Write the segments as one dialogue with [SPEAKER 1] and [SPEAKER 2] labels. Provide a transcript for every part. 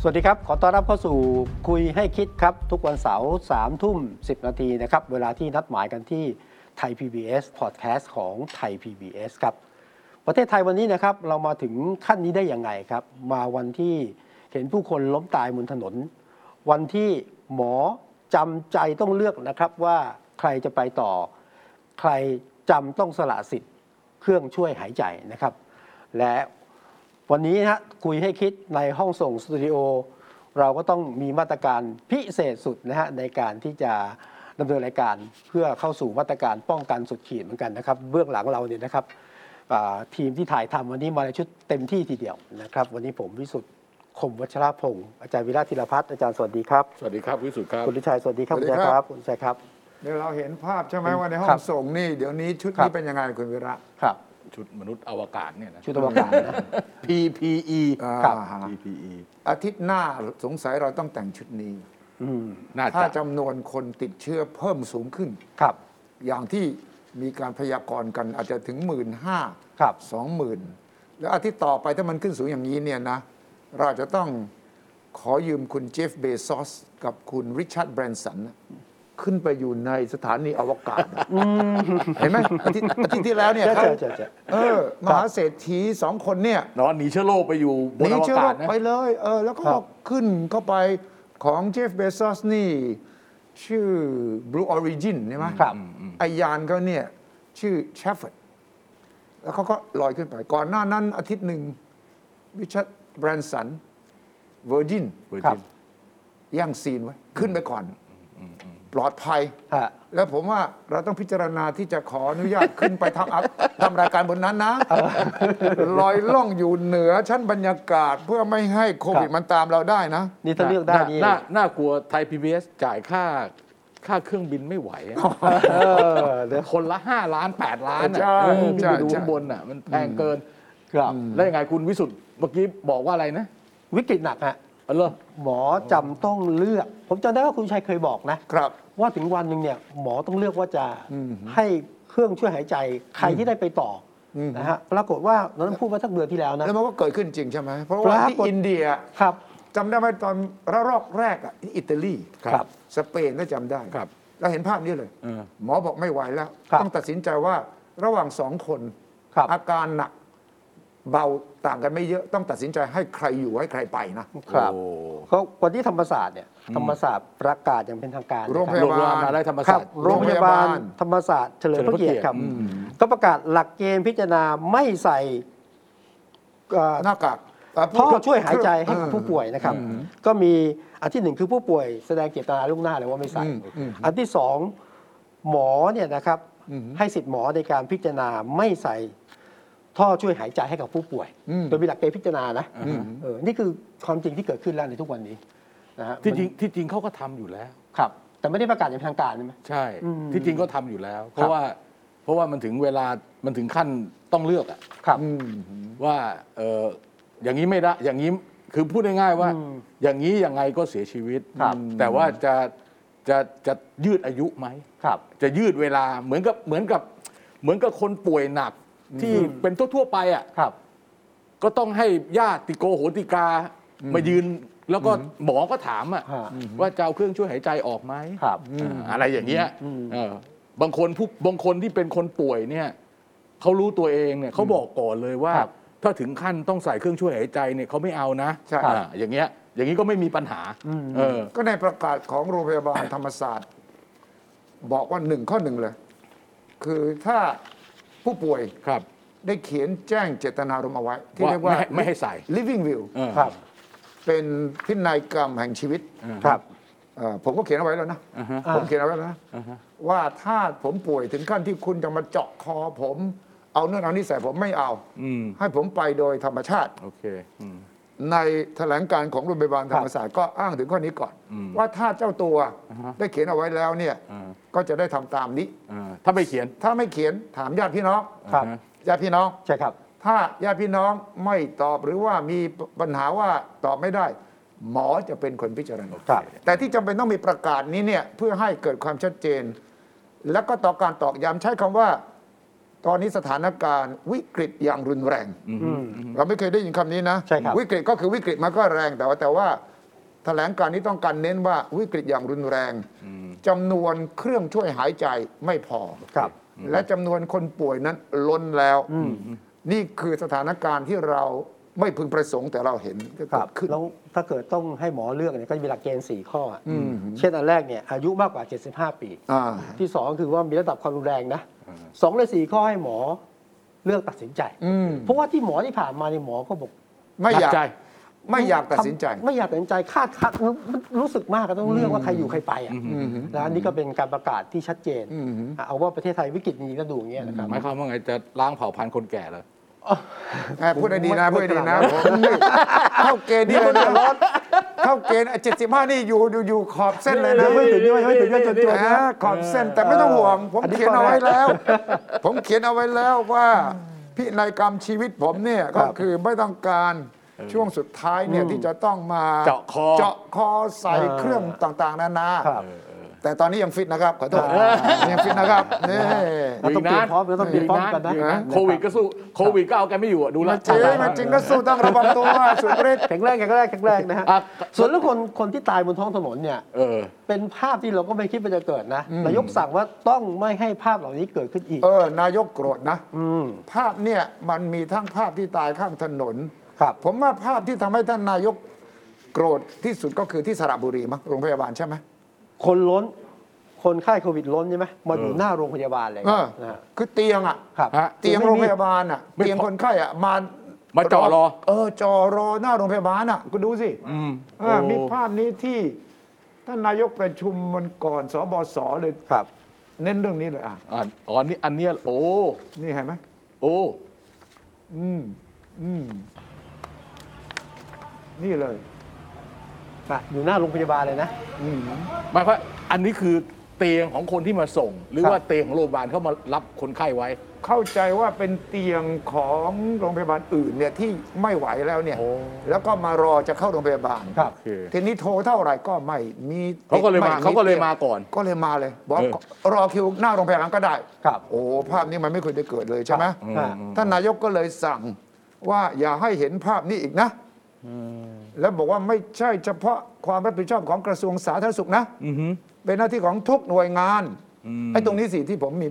[SPEAKER 1] สวัสดีครับ ขอต้อนรับเข้าสู่คุยให้คิดครับ ทุกวันเสาร์สามทุ่มสินาทีนะครับ เวลาที่นัดหมายกันที่ไทย PBS Podcast ของไทย PBS ครับ ประเทศไทยวันนี้นะครับ เรามาถึงขั้นนี้ได้ยังไงครับ มาวันที่เห็นผู้คนล้มตายบนถนน วันที่หมอจำใจต้องเลือกนะครับว่าใครจะไปต่อ ใครจำต้องสละสิทธิ์ เครื่องช่วยหายใจนะครับ และวันนี้นะฮะคุยให้คิดในห้องส่งสตูดิโอเราก็ต้องมีมาตรการพิเศษสุดนะฮะในการที่จะดำเนินรายการเพื่อเข้าสู่มาตรการป้องกันสุดขีดเหมือนกันนะครับ เบื้องหลังเราเนี่ยนะครับอ่าทีมที่ถ่ายทำวันนี้มาในชุดเต็มที่ทีเดียวนะครับ วันนี้ผมวิสุทธ์คมวัชรพงศ์อาจารย์วิระธีรพัฒน์อาจารย์สวัสดีครับ
[SPEAKER 2] สวัสดีครับวิสุทธ์ครับ
[SPEAKER 1] คุณลิชัยสวัสดีครับ
[SPEAKER 2] สวั
[SPEAKER 1] คุณ
[SPEAKER 2] สดี
[SPEAKER 1] ชัย
[SPEAKER 2] ค
[SPEAKER 1] ค
[SPEAKER 2] รั
[SPEAKER 1] รับ บคุณชัยครับ
[SPEAKER 3] เดี๋ยวเราเห็นภาพใช่ไหมว่าในห้อ
[SPEAKER 1] ครั
[SPEAKER 3] ง
[SPEAKER 1] บ
[SPEAKER 3] ส่งนี่ เดี๋ยวนี้ชุด
[SPEAKER 1] ครั
[SPEAKER 3] นี้
[SPEAKER 1] บ
[SPEAKER 3] เป็นยังไงคุณวิ ระ
[SPEAKER 1] ครับ
[SPEAKER 2] ชุดมนุษย์อวกาศเนี่ยนะ
[SPEAKER 1] ชุดตวการนะ
[SPEAKER 2] PPE
[SPEAKER 3] อ่า
[SPEAKER 1] ครับ
[SPEAKER 3] ฮะ
[SPEAKER 2] PPE
[SPEAKER 3] อาทิตย์หน้าสงสัยเราต้องแต่งชุดนี้
[SPEAKER 1] อืม
[SPEAKER 2] น่า
[SPEAKER 3] ถ้า
[SPEAKER 2] จะ
[SPEAKER 3] จำนวนคนติดเชื้อเพิ่มสูงขึ้น
[SPEAKER 1] ครับ
[SPEAKER 3] อย่างที่มีการพยากรณ์กันอาจจะถึงหมื่นห้า
[SPEAKER 1] ครับ
[SPEAKER 3] สองหมื่นแล้วอาทิตย์ต่อไปถ้ามันขึ้นสูงอย่างนี้เนี่ยนะ เราอาจจะต้องขอยืมคุณเจฟเบซอสกับคุณริชาร์ดแบรนสันน่ะขึ้นไปอยู่ในสถานี อวกาศน่ะเห็นไหมอาทิตย์อาทิตย์ที่แล้วเนี่ย
[SPEAKER 1] เจอ
[SPEAKER 3] เขา
[SPEAKER 1] เจอเจอเจอ
[SPEAKER 3] เออมหาเศรษฐีสองคนเนี่ย
[SPEAKER 2] นอนหนีเชื้อโรคไปอยู่บ
[SPEAKER 3] ห
[SPEAKER 2] น
[SPEAKER 3] นี
[SPEAKER 2] อว
[SPEAKER 3] เชื้อโร
[SPEAKER 2] กาศ
[SPEAKER 3] ค
[SPEAKER 2] นะ
[SPEAKER 3] ไปเลย เออ แล้วก็
[SPEAKER 1] ครับ
[SPEAKER 3] ขึ้นเข้าไปของเจฟเบซอสนี่ ชื่อ Blue Origin ใช่ไหม
[SPEAKER 1] ครับ
[SPEAKER 3] ไอยานเขาเนี่ย ชื่อเชฟเฟ r d แล้วเขาก็ลอยขึ้นไป ก่อนหน้านั้นอาทิตย์หนึ่งวิชัดแบรนสันเวอร์จิน
[SPEAKER 2] Virgin
[SPEAKER 1] ครับ
[SPEAKER 3] ย่างซีนไว้ ขึ้นไปก่อน ปลอดภัย
[SPEAKER 1] ฮะ
[SPEAKER 3] แล้วผมว่าเราต้องพิจารณาที่จะขออนุญาต ขึ้นไปทำอัพทำรายการบนนั้นนะ ลอยล่องอยู่เหนือชั้นบรรยากาศเพื่อไม่ให้โควิด
[SPEAKER 1] ครับ
[SPEAKER 3] มันตามเราได้นะ
[SPEAKER 1] นี่ถ้าเลือกได้
[SPEAKER 2] า
[SPEAKER 1] นี่
[SPEAKER 2] าน่ากลัวไทย PBS จ่ายค่าค่าเครื่องบินไม่ไหวอะ
[SPEAKER 1] เออเดี๋ยว
[SPEAKER 2] คนละ 5 ล้าน 8 ล้านอะ
[SPEAKER 3] ใช่
[SPEAKER 2] เออ
[SPEAKER 3] ใช่
[SPEAKER 2] ไปดู
[SPEAKER 3] ใช่
[SPEAKER 2] ข้างบนอ่ะ มันแพงเกิน
[SPEAKER 1] ครับ
[SPEAKER 2] แล้วยังไงคุณวิสุทธ์เมื่อกี้บอกว่าอะไรนะ
[SPEAKER 1] วิกฤตหนักฮะ
[SPEAKER 2] เออเหรอ
[SPEAKER 1] หมอจำต้องเลือก ผมจำได้ว่าคุณชัยเคยบอกนะ
[SPEAKER 3] ครับ
[SPEAKER 1] ว่าถึงวันหนึ่งเนี่ยหมอต้องเลือกว่าจะให้เครื่องช่วยหายใจใครที่ได้ไปต่ออ
[SPEAKER 3] ม
[SPEAKER 1] นะฮะปรากฏว่าตอนนั้นพูดมาสักเดือนที่แล้วนะ
[SPEAKER 3] แล้วมันก็เกิดขึ้นจริงใช่ไหม เพราะว่าที่
[SPEAKER 1] ปรากฏ
[SPEAKER 3] อินเดีย
[SPEAKER 1] ครับ
[SPEAKER 3] จำได้ไหมตอนระลอกแรกอ่ะที่อิตาลี
[SPEAKER 1] ครับ
[SPEAKER 3] สเปนก็จำได้
[SPEAKER 2] ครับ
[SPEAKER 3] เราเห็นภาพนี้เลย
[SPEAKER 2] เออ
[SPEAKER 3] หมอบอกไม่ไหวแล้ว
[SPEAKER 1] ครับ
[SPEAKER 3] ต้องตัดสินใจว่าระหว่างสองคน
[SPEAKER 1] ครับ
[SPEAKER 3] อาการหนักเบาต่างกันไม่เยอะต้องตัดสินใจให้ใครอยู่ให้ใครไปนะ
[SPEAKER 1] ครับ
[SPEAKER 2] โอ้
[SPEAKER 1] เขาวันที่ธรรมศาสตร์เนี่ยธรรมศาสตร์ประกาศอย่างเป็นทางการนะ
[SPEAKER 3] โรงพ
[SPEAKER 1] ค
[SPEAKER 3] ยาบาล
[SPEAKER 1] บ
[SPEAKER 2] โรงพยาบาลมหาได้ธรรม
[SPEAKER 1] ค
[SPEAKER 2] ศา
[SPEAKER 1] รั
[SPEAKER 2] ส
[SPEAKER 1] บ
[SPEAKER 2] ตร์
[SPEAKER 1] โรงพยาบาล
[SPEAKER 3] โรงพยาบาล
[SPEAKER 1] ธรรมศาสตร์เฉลิมพระเกียรติครับ
[SPEAKER 2] เฉลิมพระเกียรติอืม
[SPEAKER 1] ก็ประกาศหลักเกณฑ์พิจารณาไม่ใส่เอ่อ
[SPEAKER 3] หน้ากากเอ่อ
[SPEAKER 1] ท่อช่วยหายใจให้กับ
[SPEAKER 3] เออ
[SPEAKER 1] ผู้ป่วยนะครับ ก็มีอันที่หนึ่งคือผู้ป่วยแสดงเจตนาล่วงหน้าเลยว่าไม่ใส่
[SPEAKER 3] อืมอืม
[SPEAKER 1] อันที่สองหมอเนี่ยนะครับ
[SPEAKER 3] อืม
[SPEAKER 1] ให้สิทธิ์หมอในการพิจารณาไม่ใส่ท่อช่วยหายใจให้กับผู้ป่วย
[SPEAKER 3] อืม
[SPEAKER 1] โดยมีหลักเกณฑ์พิจารณานะเออนี่คือความจริงที่เกิดขึ้นแล้วในทุกวันนี้นะฮะ
[SPEAKER 2] ที่จริงที่จริงเขาก็ทำอยู่แล้ว
[SPEAKER 1] ครับ แต่ไม่ได้ประกาศอย่างเป็นทางการใช่ไหม
[SPEAKER 2] ใช่
[SPEAKER 1] อืม
[SPEAKER 2] ที่จริงก็ทำอยู่แล้ว เพ
[SPEAKER 1] ครั
[SPEAKER 2] ราะ
[SPEAKER 1] บ
[SPEAKER 2] ว่าเพราะว่ามันถึงเวลามันถึงขั้นต้องเลือกอะ
[SPEAKER 1] ครับ
[SPEAKER 3] อืม
[SPEAKER 2] ว่าเอออย่างนี้ไม่ได้อย่างนี้คือพูดง่ายๆว่า
[SPEAKER 1] อืม
[SPEAKER 2] อย่างนี้ยังไงก็เสียชีวิต
[SPEAKER 1] ครับ
[SPEAKER 2] แต่ว่าจะจะจะยืดอายุไหม
[SPEAKER 1] ครับ
[SPEAKER 2] จะยืดเวลาเหมือนกับเหมือนกับเหมือนกับคนป่วยหนักที่เป็นทั่วๆไปอ่ะ
[SPEAKER 1] ครับ
[SPEAKER 2] ก็ต้องให้ญาติโกโหติกามายืน แล้วก็หมอก็ถามอ่ะ
[SPEAKER 1] ฮะ
[SPEAKER 2] ว่าจะเอาเครื่องช่วยหายใจออกไหม
[SPEAKER 1] ครับ
[SPEAKER 2] เอออะไรอย่างเงี้ย
[SPEAKER 1] อืม
[SPEAKER 2] เออบางคนผู้บางคนที่เป็นคนป่วยเนี่ย เขารู้ตัวเองเนี่ยเขาบอกก่อนเลยว่า
[SPEAKER 1] ครับ
[SPEAKER 2] ถ้าถึงขั้นต้องใส่เครื่องช่วยหายใจเนี่ยเขาไม่เอานะ
[SPEAKER 3] ใช่
[SPEAKER 2] อ่าอย่างเงี้ย อย่างนี้ก็ไม่มีปัญหา
[SPEAKER 1] อืม
[SPEAKER 2] เออ
[SPEAKER 3] ก็ในประกาศของโรงพยาบาลธรรมศาสตร์ บอกว่าหนึ่งข้อหนึ่งเลย คือถ้าผู้ป่วย
[SPEAKER 2] ครับ
[SPEAKER 3] ได้เขียนแจ้งเจตนารมณ์เอาไว้ ที่เรียกว่า
[SPEAKER 2] ว่าไม่ให้ไม่ให้ใส่
[SPEAKER 3] living will
[SPEAKER 2] เออ
[SPEAKER 1] ครับ
[SPEAKER 3] เป็นพินัยกรรมแห่งชีวิต
[SPEAKER 1] ครับ
[SPEAKER 3] เอ่อผมก็เขียนเอาไว้แล้วนะ
[SPEAKER 1] อ่า
[SPEAKER 3] ผมเขียนเอาไว้แล้วนะ ว่าถ้าผมป่วยถึงขั้นที่คุณจะมาเจาะคอผม เอาเนื้อเอานี่ใส่ผมไม่เอา
[SPEAKER 2] อืม
[SPEAKER 3] ให้ผมไปโดยธรรมชาติ
[SPEAKER 2] โอเคอืม
[SPEAKER 3] ในแถลงการณ์ของโรงพยาบาลธรรมศาสตร์ก็อ้างถึงข้อนี้ก่อน ว่าถ้าเจ้าตัวได้เขียนเอาไว้แล้วเนี่ย
[SPEAKER 2] อ่า
[SPEAKER 3] ก็จะได้ทำตามนี้
[SPEAKER 2] อ่าถ้าไม่เขียน
[SPEAKER 3] ถ้าไม่เขียนถามญาติพี่น้อง
[SPEAKER 1] ครับ
[SPEAKER 2] นะ
[SPEAKER 3] ญาติพี่น้อง
[SPEAKER 1] ใช่ครับ
[SPEAKER 3] ถ้าญาติพี่น้องไม่ตอบหรือว่ามีปัญหาว่าตอบไม่ได้ หมอจะเป็นคนพิจารณา
[SPEAKER 1] ครับ
[SPEAKER 3] แต่ที่จำเป็นต้องมีประกาศนี้เนี่ยเพื่อให้เกิดความชัดเจน และก็ต่อการตอกย้ำใช้คำว่า ตอนนี้สถานการณ์วิกฤตอย่างรุนแรง เราไม่เคยได้ยินคำนี้นะ
[SPEAKER 1] ใช่ครับ
[SPEAKER 3] วิกฤตก็คือวิกฤตมันก็แรงแต่ว่าแต่ว่าแถลงการณ์นี้ต้องการเน้นว่าวิกฤตอย่างรุนแรงจำนวนเครื่องช่วยหายใจไม่พอ
[SPEAKER 1] ครับ
[SPEAKER 3] และจำนวนคนป่วยนั้นล้นแล้ว นี่คือสถานการณ์ที่เราไม่พึงประสงค์แต่เราเห็นก็
[SPEAKER 1] ค
[SPEAKER 3] เกิ
[SPEAKER 1] รับ
[SPEAKER 3] ดขึ้น
[SPEAKER 1] แล้วถ้าเกิดต้องให้หมอเลือกเนี่ยก็จะมีหลักเกณฑ์4ข้ออะ
[SPEAKER 3] อืม
[SPEAKER 1] เช่นอันแรกเนี่ยอายุมากกว่า 75 ปี
[SPEAKER 3] อ่า
[SPEAKER 1] ที่ 2 คือว่ามีระดับความรุนแรงนะสองในสี่ข้อให้หมอเลือกตัดสินใจ
[SPEAKER 3] อืม
[SPEAKER 1] เพราะว่าที่หมอที่ผ่านมาเนี่ยหมอก็บอก
[SPEAKER 3] ไม่อยาก
[SPEAKER 2] หนัใจ
[SPEAKER 3] ไม่อยากตัดสินใจ
[SPEAKER 1] ทำไม่อยากตัดสินใจคาดคาดมันรู้สึกมากก็ต้องเลือกว่าใครอยู่ใครไปอ่ะนะอันนี่ก็เป็นการประกาศที่ชัดเจน
[SPEAKER 3] อืม
[SPEAKER 1] อ่ะเอาว่าประเทศไทยวิกฤตจริงๆก็ดูอย่างเงี้ยนะครับ
[SPEAKER 2] หมายความว่าไงจะล้างเผ่าพันธุ์คนแก่เหรอ
[SPEAKER 3] แหม่พูดได้ดีนะ
[SPEAKER 1] ไม่
[SPEAKER 3] พูดได้ดีนะ
[SPEAKER 1] ไม่
[SPEAKER 3] ผมนี่เข้าเกณฑ์นี่เลยนะเข้าเกณฑ์เจ็ดสิบห้านี่อยู่อยู่อยู่ขอบเส้นเลยนะ
[SPEAKER 1] ไม่ถึงด้วยไม่ถึงด้วยจนตัว
[SPEAKER 3] แห
[SPEAKER 1] นะ
[SPEAKER 3] มขอบเส้นแต่ไม่ต้องห่วง ผม
[SPEAKER 1] อันนี้
[SPEAKER 3] เขียนเอา
[SPEAKER 1] ก่อนนะ
[SPEAKER 3] ไว้แล้ว ผมเขียนเอาไว้แล้วว่าพินัยกรรมชีวิตผมเนี่ย
[SPEAKER 1] ครั
[SPEAKER 3] ก็
[SPEAKER 1] บ
[SPEAKER 3] คือไม่ต้องการช่วงสุดท้ายเนี่ยที่จะต้องมา
[SPEAKER 2] เจาะคอ
[SPEAKER 3] เจาะคอใส่เครื่องต่างๆ นานา
[SPEAKER 1] ครับ
[SPEAKER 3] แต่ตอนนี้ยังฟิตนะครับขอโทษยังฟิตนะครับนี่
[SPEAKER 1] เราต้องเตรียมพร้อมเราต้องเตรียมพร้อมกันนะ
[SPEAKER 2] ดีโควิดก็สู้โควิดก็เอาแกไม่อยู่อะดูแลว
[SPEAKER 3] จริงมันจริงก็สู้ต้องระวังตัวสุดฤทธิ์
[SPEAKER 1] แข็งแรงแข็งแรงแข็งแรงนะฮะ
[SPEAKER 2] อ่ะ
[SPEAKER 1] ส่วนเรื่องคนคนที่ตายบนท้องถนนเนี่ย
[SPEAKER 2] เออ
[SPEAKER 1] เป็นภาพที่เราก็ไม่คิดว่าจะเกิดนะนายกสั่งว่าต้องไม่ให้ภาพเหล่านี้เกิดขึ้นอีก
[SPEAKER 3] เออนายกโกรธนะ
[SPEAKER 1] อืม
[SPEAKER 3] ภาพเนี่ยมันมีทั้งภาพที่ตายข้างถนน
[SPEAKER 1] ครับ
[SPEAKER 3] ผมว่าภาพที่ทำให้ท่านนายกโกรธที่สุดก็คือที่สระบุรีมั้งโรงพยาบาลใช่ไหม
[SPEAKER 1] คนล้น คนไข้โควิดล้นใช่ไหมมาอยู่
[SPEAKER 2] เออ
[SPEAKER 1] หน้าโรงพยาบาลเลย
[SPEAKER 3] เออ
[SPEAKER 1] นะฮะ
[SPEAKER 3] คือเตียงอ่ะ
[SPEAKER 1] ครับ
[SPEAKER 2] ฮะ
[SPEAKER 3] เตียงโรงพยาบาลอ่ะ
[SPEAKER 2] ไม่พอ
[SPEAKER 3] เตียงคนไข้อ่ะมา
[SPEAKER 2] มาจ่อรอ
[SPEAKER 3] เออจ่อรอหน้าโรงพยาบาลอ่ะก็ดูสิ
[SPEAKER 2] อืม
[SPEAKER 3] เออ
[SPEAKER 2] โอ้
[SPEAKER 3] มีภาพนี้ที่ท่านนายกประชุมวันก่อนสบสเลย
[SPEAKER 1] ครับ
[SPEAKER 3] เน้นเรื่องนี้เลยอ่ะ
[SPEAKER 2] อ่ะอ๋ออันนี้อันเนี้ยโอ้
[SPEAKER 3] นี่เห็นไหม
[SPEAKER 2] โอ้
[SPEAKER 3] อืม อืม นี่เลย
[SPEAKER 1] อ่ะอยู่หน้าโรงพยาบาลเลยนะ
[SPEAKER 3] อืม
[SPEAKER 2] หมายความว่าอันนี้คือเตียงของคนที่มาส่ง หรือ
[SPEAKER 1] ครับ
[SPEAKER 2] ว่าเตียงของโรงพยาบาลเขามารับคนไข้ไว้
[SPEAKER 3] เข้าใจว่าเป็นเตียงของโรงพยาบาลอื่นเนี่ยที่ไม่ไหวแล้วเนี่ย
[SPEAKER 2] โอ้
[SPEAKER 3] แล้วก็มารอจะเข้าโรงพยาบาล
[SPEAKER 1] ครับ
[SPEAKER 2] โอเค
[SPEAKER 3] ทีนี้โทรเท่าไหร่ก็ไม่มี
[SPEAKER 2] เขาก็เลยมา
[SPEAKER 3] ไ
[SPEAKER 2] เขาก็เลยมาก่อน
[SPEAKER 3] ก็เลยมาเลย บอก
[SPEAKER 2] เออ
[SPEAKER 3] รอคิวหน้าโรงพยาบาลก็ได้
[SPEAKER 1] ครับ
[SPEAKER 3] โอ้ภาพนี้มันไม่ควรจะเกิดเลยใช่ไหม
[SPEAKER 1] อืม
[SPEAKER 3] ท่านนายกก็เลยสั่งว่าอย่าให้เห็นภาพนี้อีกนะแล้วบอกว่าไม่ใช่เฉพาะความรับผิดชอบของกระทรวงสาธารณสุขนะ
[SPEAKER 2] อือหือ
[SPEAKER 3] เป็นหน้าที่ของทุกหน่วยงาน
[SPEAKER 2] อืม
[SPEAKER 3] ไอ้ตรงนี้สิที่ผมมี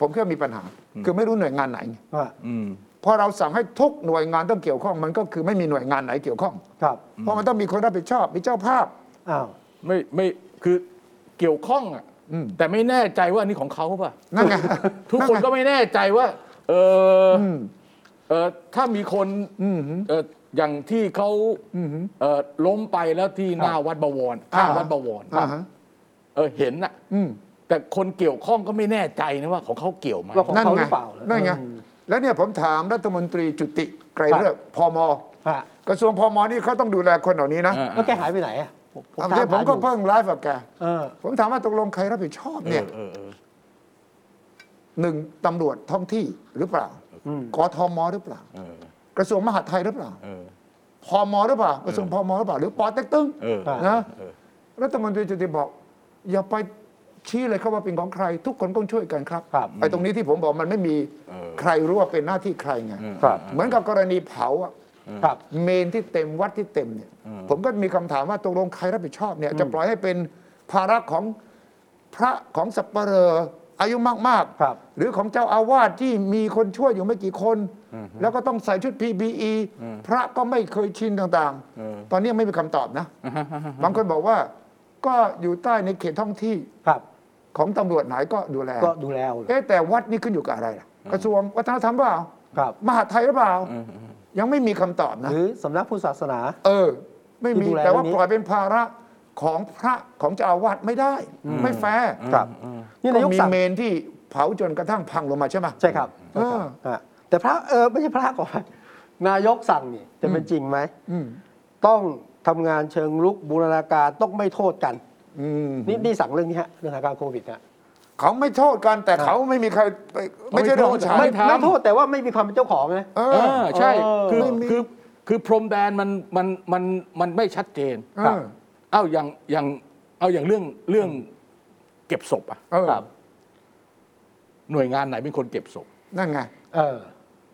[SPEAKER 3] ผมแค่มีปัญหา คือไม่รู้หน่วยงานไหนไง
[SPEAKER 1] อ่ะ
[SPEAKER 2] อืม
[SPEAKER 3] พอเราสั่งให้ทุกหน่วยงานต้องเกี่ยวข้อง มันก็คือไม่มีหน่วยงานไหนเกี่ยวข้อง
[SPEAKER 1] ครับ
[SPEAKER 3] เพราะมันต้องมีคนรับผิดชอบมีเจ้าภาพ
[SPEAKER 1] อ้าว
[SPEAKER 2] ไม่ไม่คือเกี่ยวข้องอ่ะ
[SPEAKER 3] อืม
[SPEAKER 2] แต่ไม่แน่ใจว่าอันนี้ของเขาป่ะ
[SPEAKER 3] นั่นไง
[SPEAKER 2] ทุกคนก็ไม่แน่ใจว่า เอออ
[SPEAKER 3] อืม
[SPEAKER 2] เออถ้ามีคน
[SPEAKER 3] อืมหืม
[SPEAKER 2] เอ่ออย่างที่เขาเอ่อล้มไปแล้วที่หน้าวัดบวรข้างวัดบวร
[SPEAKER 3] อ่าฮะ
[SPEAKER 2] เออเห็นน่ะ
[SPEAKER 3] อืม
[SPEAKER 2] แต่คนเกี่ยวข้องก็ไม่แน่ใจนะว่าของเขาเกี่ยวไหม
[SPEAKER 1] ว่าของ
[SPEAKER 3] นั่น
[SPEAKER 1] ห
[SPEAKER 3] ไง
[SPEAKER 1] รือเปล่าเหรอ
[SPEAKER 3] นั่นไง
[SPEAKER 1] อืม
[SPEAKER 3] แล้วเนี่ยผมถามรัฐมนตรีจุติไกรฤกษ์พม
[SPEAKER 1] อ่ะ
[SPEAKER 3] กระทรวงพมนี่เขาต้องดูแลคนเหล่านี้นะ
[SPEAKER 2] อ่า
[SPEAKER 1] แล้วแกหายไปไหนอ่ะ
[SPEAKER 3] อ่ะเนี่ยผมก็เพิ่งไลฟ์กับแก
[SPEAKER 1] เออ
[SPEAKER 3] ผมถามว่าตกลงใครรับผิดชอบเนี่ย
[SPEAKER 2] เออเออ
[SPEAKER 3] หนึ่งตำรวจท้องที่หรือเปล่า
[SPEAKER 1] อืม
[SPEAKER 3] กทมหรือเปล่า
[SPEAKER 2] เออก
[SPEAKER 3] ระทรวงมหาดไทยหรือเปล่า
[SPEAKER 2] เออ
[SPEAKER 3] พมหรือเปล่า กระทรวงพมหรือเปล่า หรือปอเต็กตึง
[SPEAKER 2] เออ
[SPEAKER 1] อ่า
[SPEAKER 3] นะรัฐมนตรีจุติบอก อย่าไปชี้เลยครับว่าเป็นของใคร ทุกคนต้องช่วยกันครับ
[SPEAKER 1] ครับ
[SPEAKER 3] ไอ้ตรงนี้ที่ผมบอกมันไม่มีใครรู้ว่าเป็นหน้าที่ใครไง
[SPEAKER 1] ครับ
[SPEAKER 3] เหมือนกับกรณีเผาอะ
[SPEAKER 1] ครับ
[SPEAKER 3] เมนที่เต็มวัดที่เต็มเนี่ยผมก็มีคำถามว่าตกลงใครรับผิดชอบเนี่ยจะปล่อยให้เป็นภาระของพระของสัปเหร่ออายุมากๆ
[SPEAKER 1] ครับ
[SPEAKER 3] หรือของเจ้าอาวาสที่มีคนช่วยอยู่ไม่กี่คน แล้วก็ต้องใส่ชุด PPE พระก็ไม่เคยชินต่างๆ ตอนนี้ยังไม่มีคำตอบนะ บางคนบอกว่าก็อยู่ใต้ในเขตท้องที่
[SPEAKER 1] ครับ
[SPEAKER 3] ของตำรวจไหนก็ดูแล
[SPEAKER 1] ก็ดูแลเอาเลย
[SPEAKER 3] เอ๊ะแต่วัดนี่ขึ้นอยู่กับอะไรล่ะกระทรวงวัฒนธรรมเปล่า
[SPEAKER 1] ครับ
[SPEAKER 3] มหาดไทยหรือเปล่า ยังไม่มีคำตอบนะ
[SPEAKER 1] หรือสำนักพุทธศาสนา
[SPEAKER 3] เออ ไม่มี
[SPEAKER 1] ที่ดูแล
[SPEAKER 3] แต่ว่า
[SPEAKER 1] เรื่องนี้
[SPEAKER 3] ปล่อยเป็นภาระของพระของเจ้าอาวาสไม่ได้ ไม่แฟร์
[SPEAKER 1] ครับ นี่
[SPEAKER 3] ก็
[SPEAKER 1] นายก
[SPEAKER 3] มี
[SPEAKER 1] สั่ง
[SPEAKER 3] เมนที่เผาจนกระทั่งพังลงมาใช่ไหม
[SPEAKER 1] ใช่ครับ
[SPEAKER 3] อ่า
[SPEAKER 1] อ่าแต่พระเออไม่ใช่พระก่อนนายกสั่งนี่จะเป็นจริงไหม
[SPEAKER 3] อืม
[SPEAKER 1] ต้องทำงานเชิงลุกบูรณาการต้องไม่โทษกัน
[SPEAKER 3] อืม
[SPEAKER 1] นี่นี่สั่งเรื่องนี้ฮะเรื่องสถานการณ์โควิดฮะ
[SPEAKER 3] เขาไม่โทษกันแต่เขาไม่มีใครไปไม่ใช่เรื่องของฉัน
[SPEAKER 2] ไม่
[SPEAKER 1] ไม่
[SPEAKER 2] ทำ
[SPEAKER 1] ไม่โทษแต่ว่าไม่มีความเป็นเจ้าของนะ
[SPEAKER 3] เอ
[SPEAKER 2] เอ
[SPEAKER 3] อ
[SPEAKER 2] อใช่
[SPEAKER 1] เออ
[SPEAKER 2] คือ
[SPEAKER 3] ไม่มี
[SPEAKER 2] คือคือพรมแดนมันมันมันมันไม่ชัดเจน
[SPEAKER 3] เออ
[SPEAKER 2] เอ้าอย่างอย่างเอาอย่างเรื่องเรื่องเก็บศพอะ
[SPEAKER 3] เออ
[SPEAKER 2] หน่วยงานไหนเป็นคนเก็บศพ
[SPEAKER 3] นั่นไง
[SPEAKER 1] เออ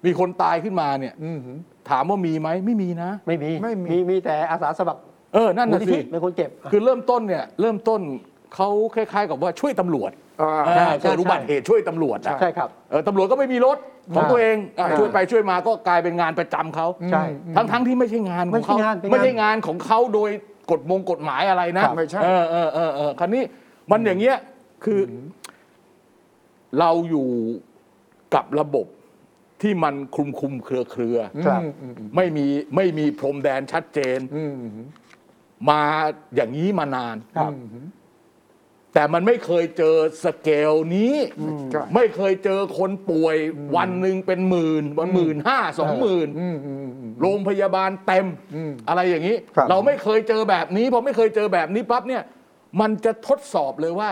[SPEAKER 2] มีคนตายขึ้นมาเนี่ย
[SPEAKER 3] อือหือ
[SPEAKER 2] ถามว่ามีไหมไม่มีนะ
[SPEAKER 1] ไม่มี
[SPEAKER 3] ไม่มี
[SPEAKER 1] มีแต่อาสาสมัคร
[SPEAKER 2] เออนั่น
[SPEAKER 1] มูล
[SPEAKER 2] น่ะ
[SPEAKER 1] นิ
[SPEAKER 2] สิ
[SPEAKER 1] ธิเป็นคนเก็บ
[SPEAKER 2] คือเริ่มต้นเนี่ย เริ่มต้นเขาคล้าย ๆ กับว่าช่วยตำรวจ
[SPEAKER 3] เออ
[SPEAKER 1] ใช่
[SPEAKER 2] อ่า
[SPEAKER 1] ใช่
[SPEAKER 2] เกิดอุบัติเหตุช่วยตำรวจอะ
[SPEAKER 1] ใช่ครับ
[SPEAKER 2] เออตำรวจก็ไม่มีรถของตัวเองอ่ะ
[SPEAKER 3] ใช่
[SPEAKER 2] ช่วยไปช่วยมาก็กลายเป็นงานประจำเขา
[SPEAKER 1] ใช่
[SPEAKER 2] ทั้งๆที่ไม่ใช่งานของ
[SPEAKER 1] ไม่
[SPEAKER 2] เขา
[SPEAKER 1] ใช่งานเป็นงาน
[SPEAKER 2] ไม่ใช่งานของเขาโดยกฎมงกฎหมายอะไรนะครับ
[SPEAKER 3] ไม่ใช่
[SPEAKER 2] เออเออเออเออคราวนี้มันอย่างเงี้ยคือ เราอยู่กับระบบที่มันคลุมคลุมเครือเครือๆ
[SPEAKER 1] ครับ
[SPEAKER 3] อืมอืมอืม
[SPEAKER 2] ไม่มีไม่มีพรมแดนชัดเจน
[SPEAKER 3] อืมอืม
[SPEAKER 2] มาอย่างนี้มานาน
[SPEAKER 1] ครับ
[SPEAKER 2] แต่มันไม่เคยเจอสเกลนี้
[SPEAKER 3] ใช่
[SPEAKER 2] ไม่เคยเจอคนป่วยวันหนึ่งเป็นหมื่นวันหมื่นห้าสองหมื่น
[SPEAKER 3] อืมอืมอืม
[SPEAKER 2] โรงพยาบาลเต็ม
[SPEAKER 3] อืม
[SPEAKER 2] อะไรอย่างนี้
[SPEAKER 1] ครับ
[SPEAKER 2] เราไม่เคยเจอแบบนี้พอไม่เคยเจอแบบนี้ปั๊บเนี่ย มันจะทดสอบเลยว่า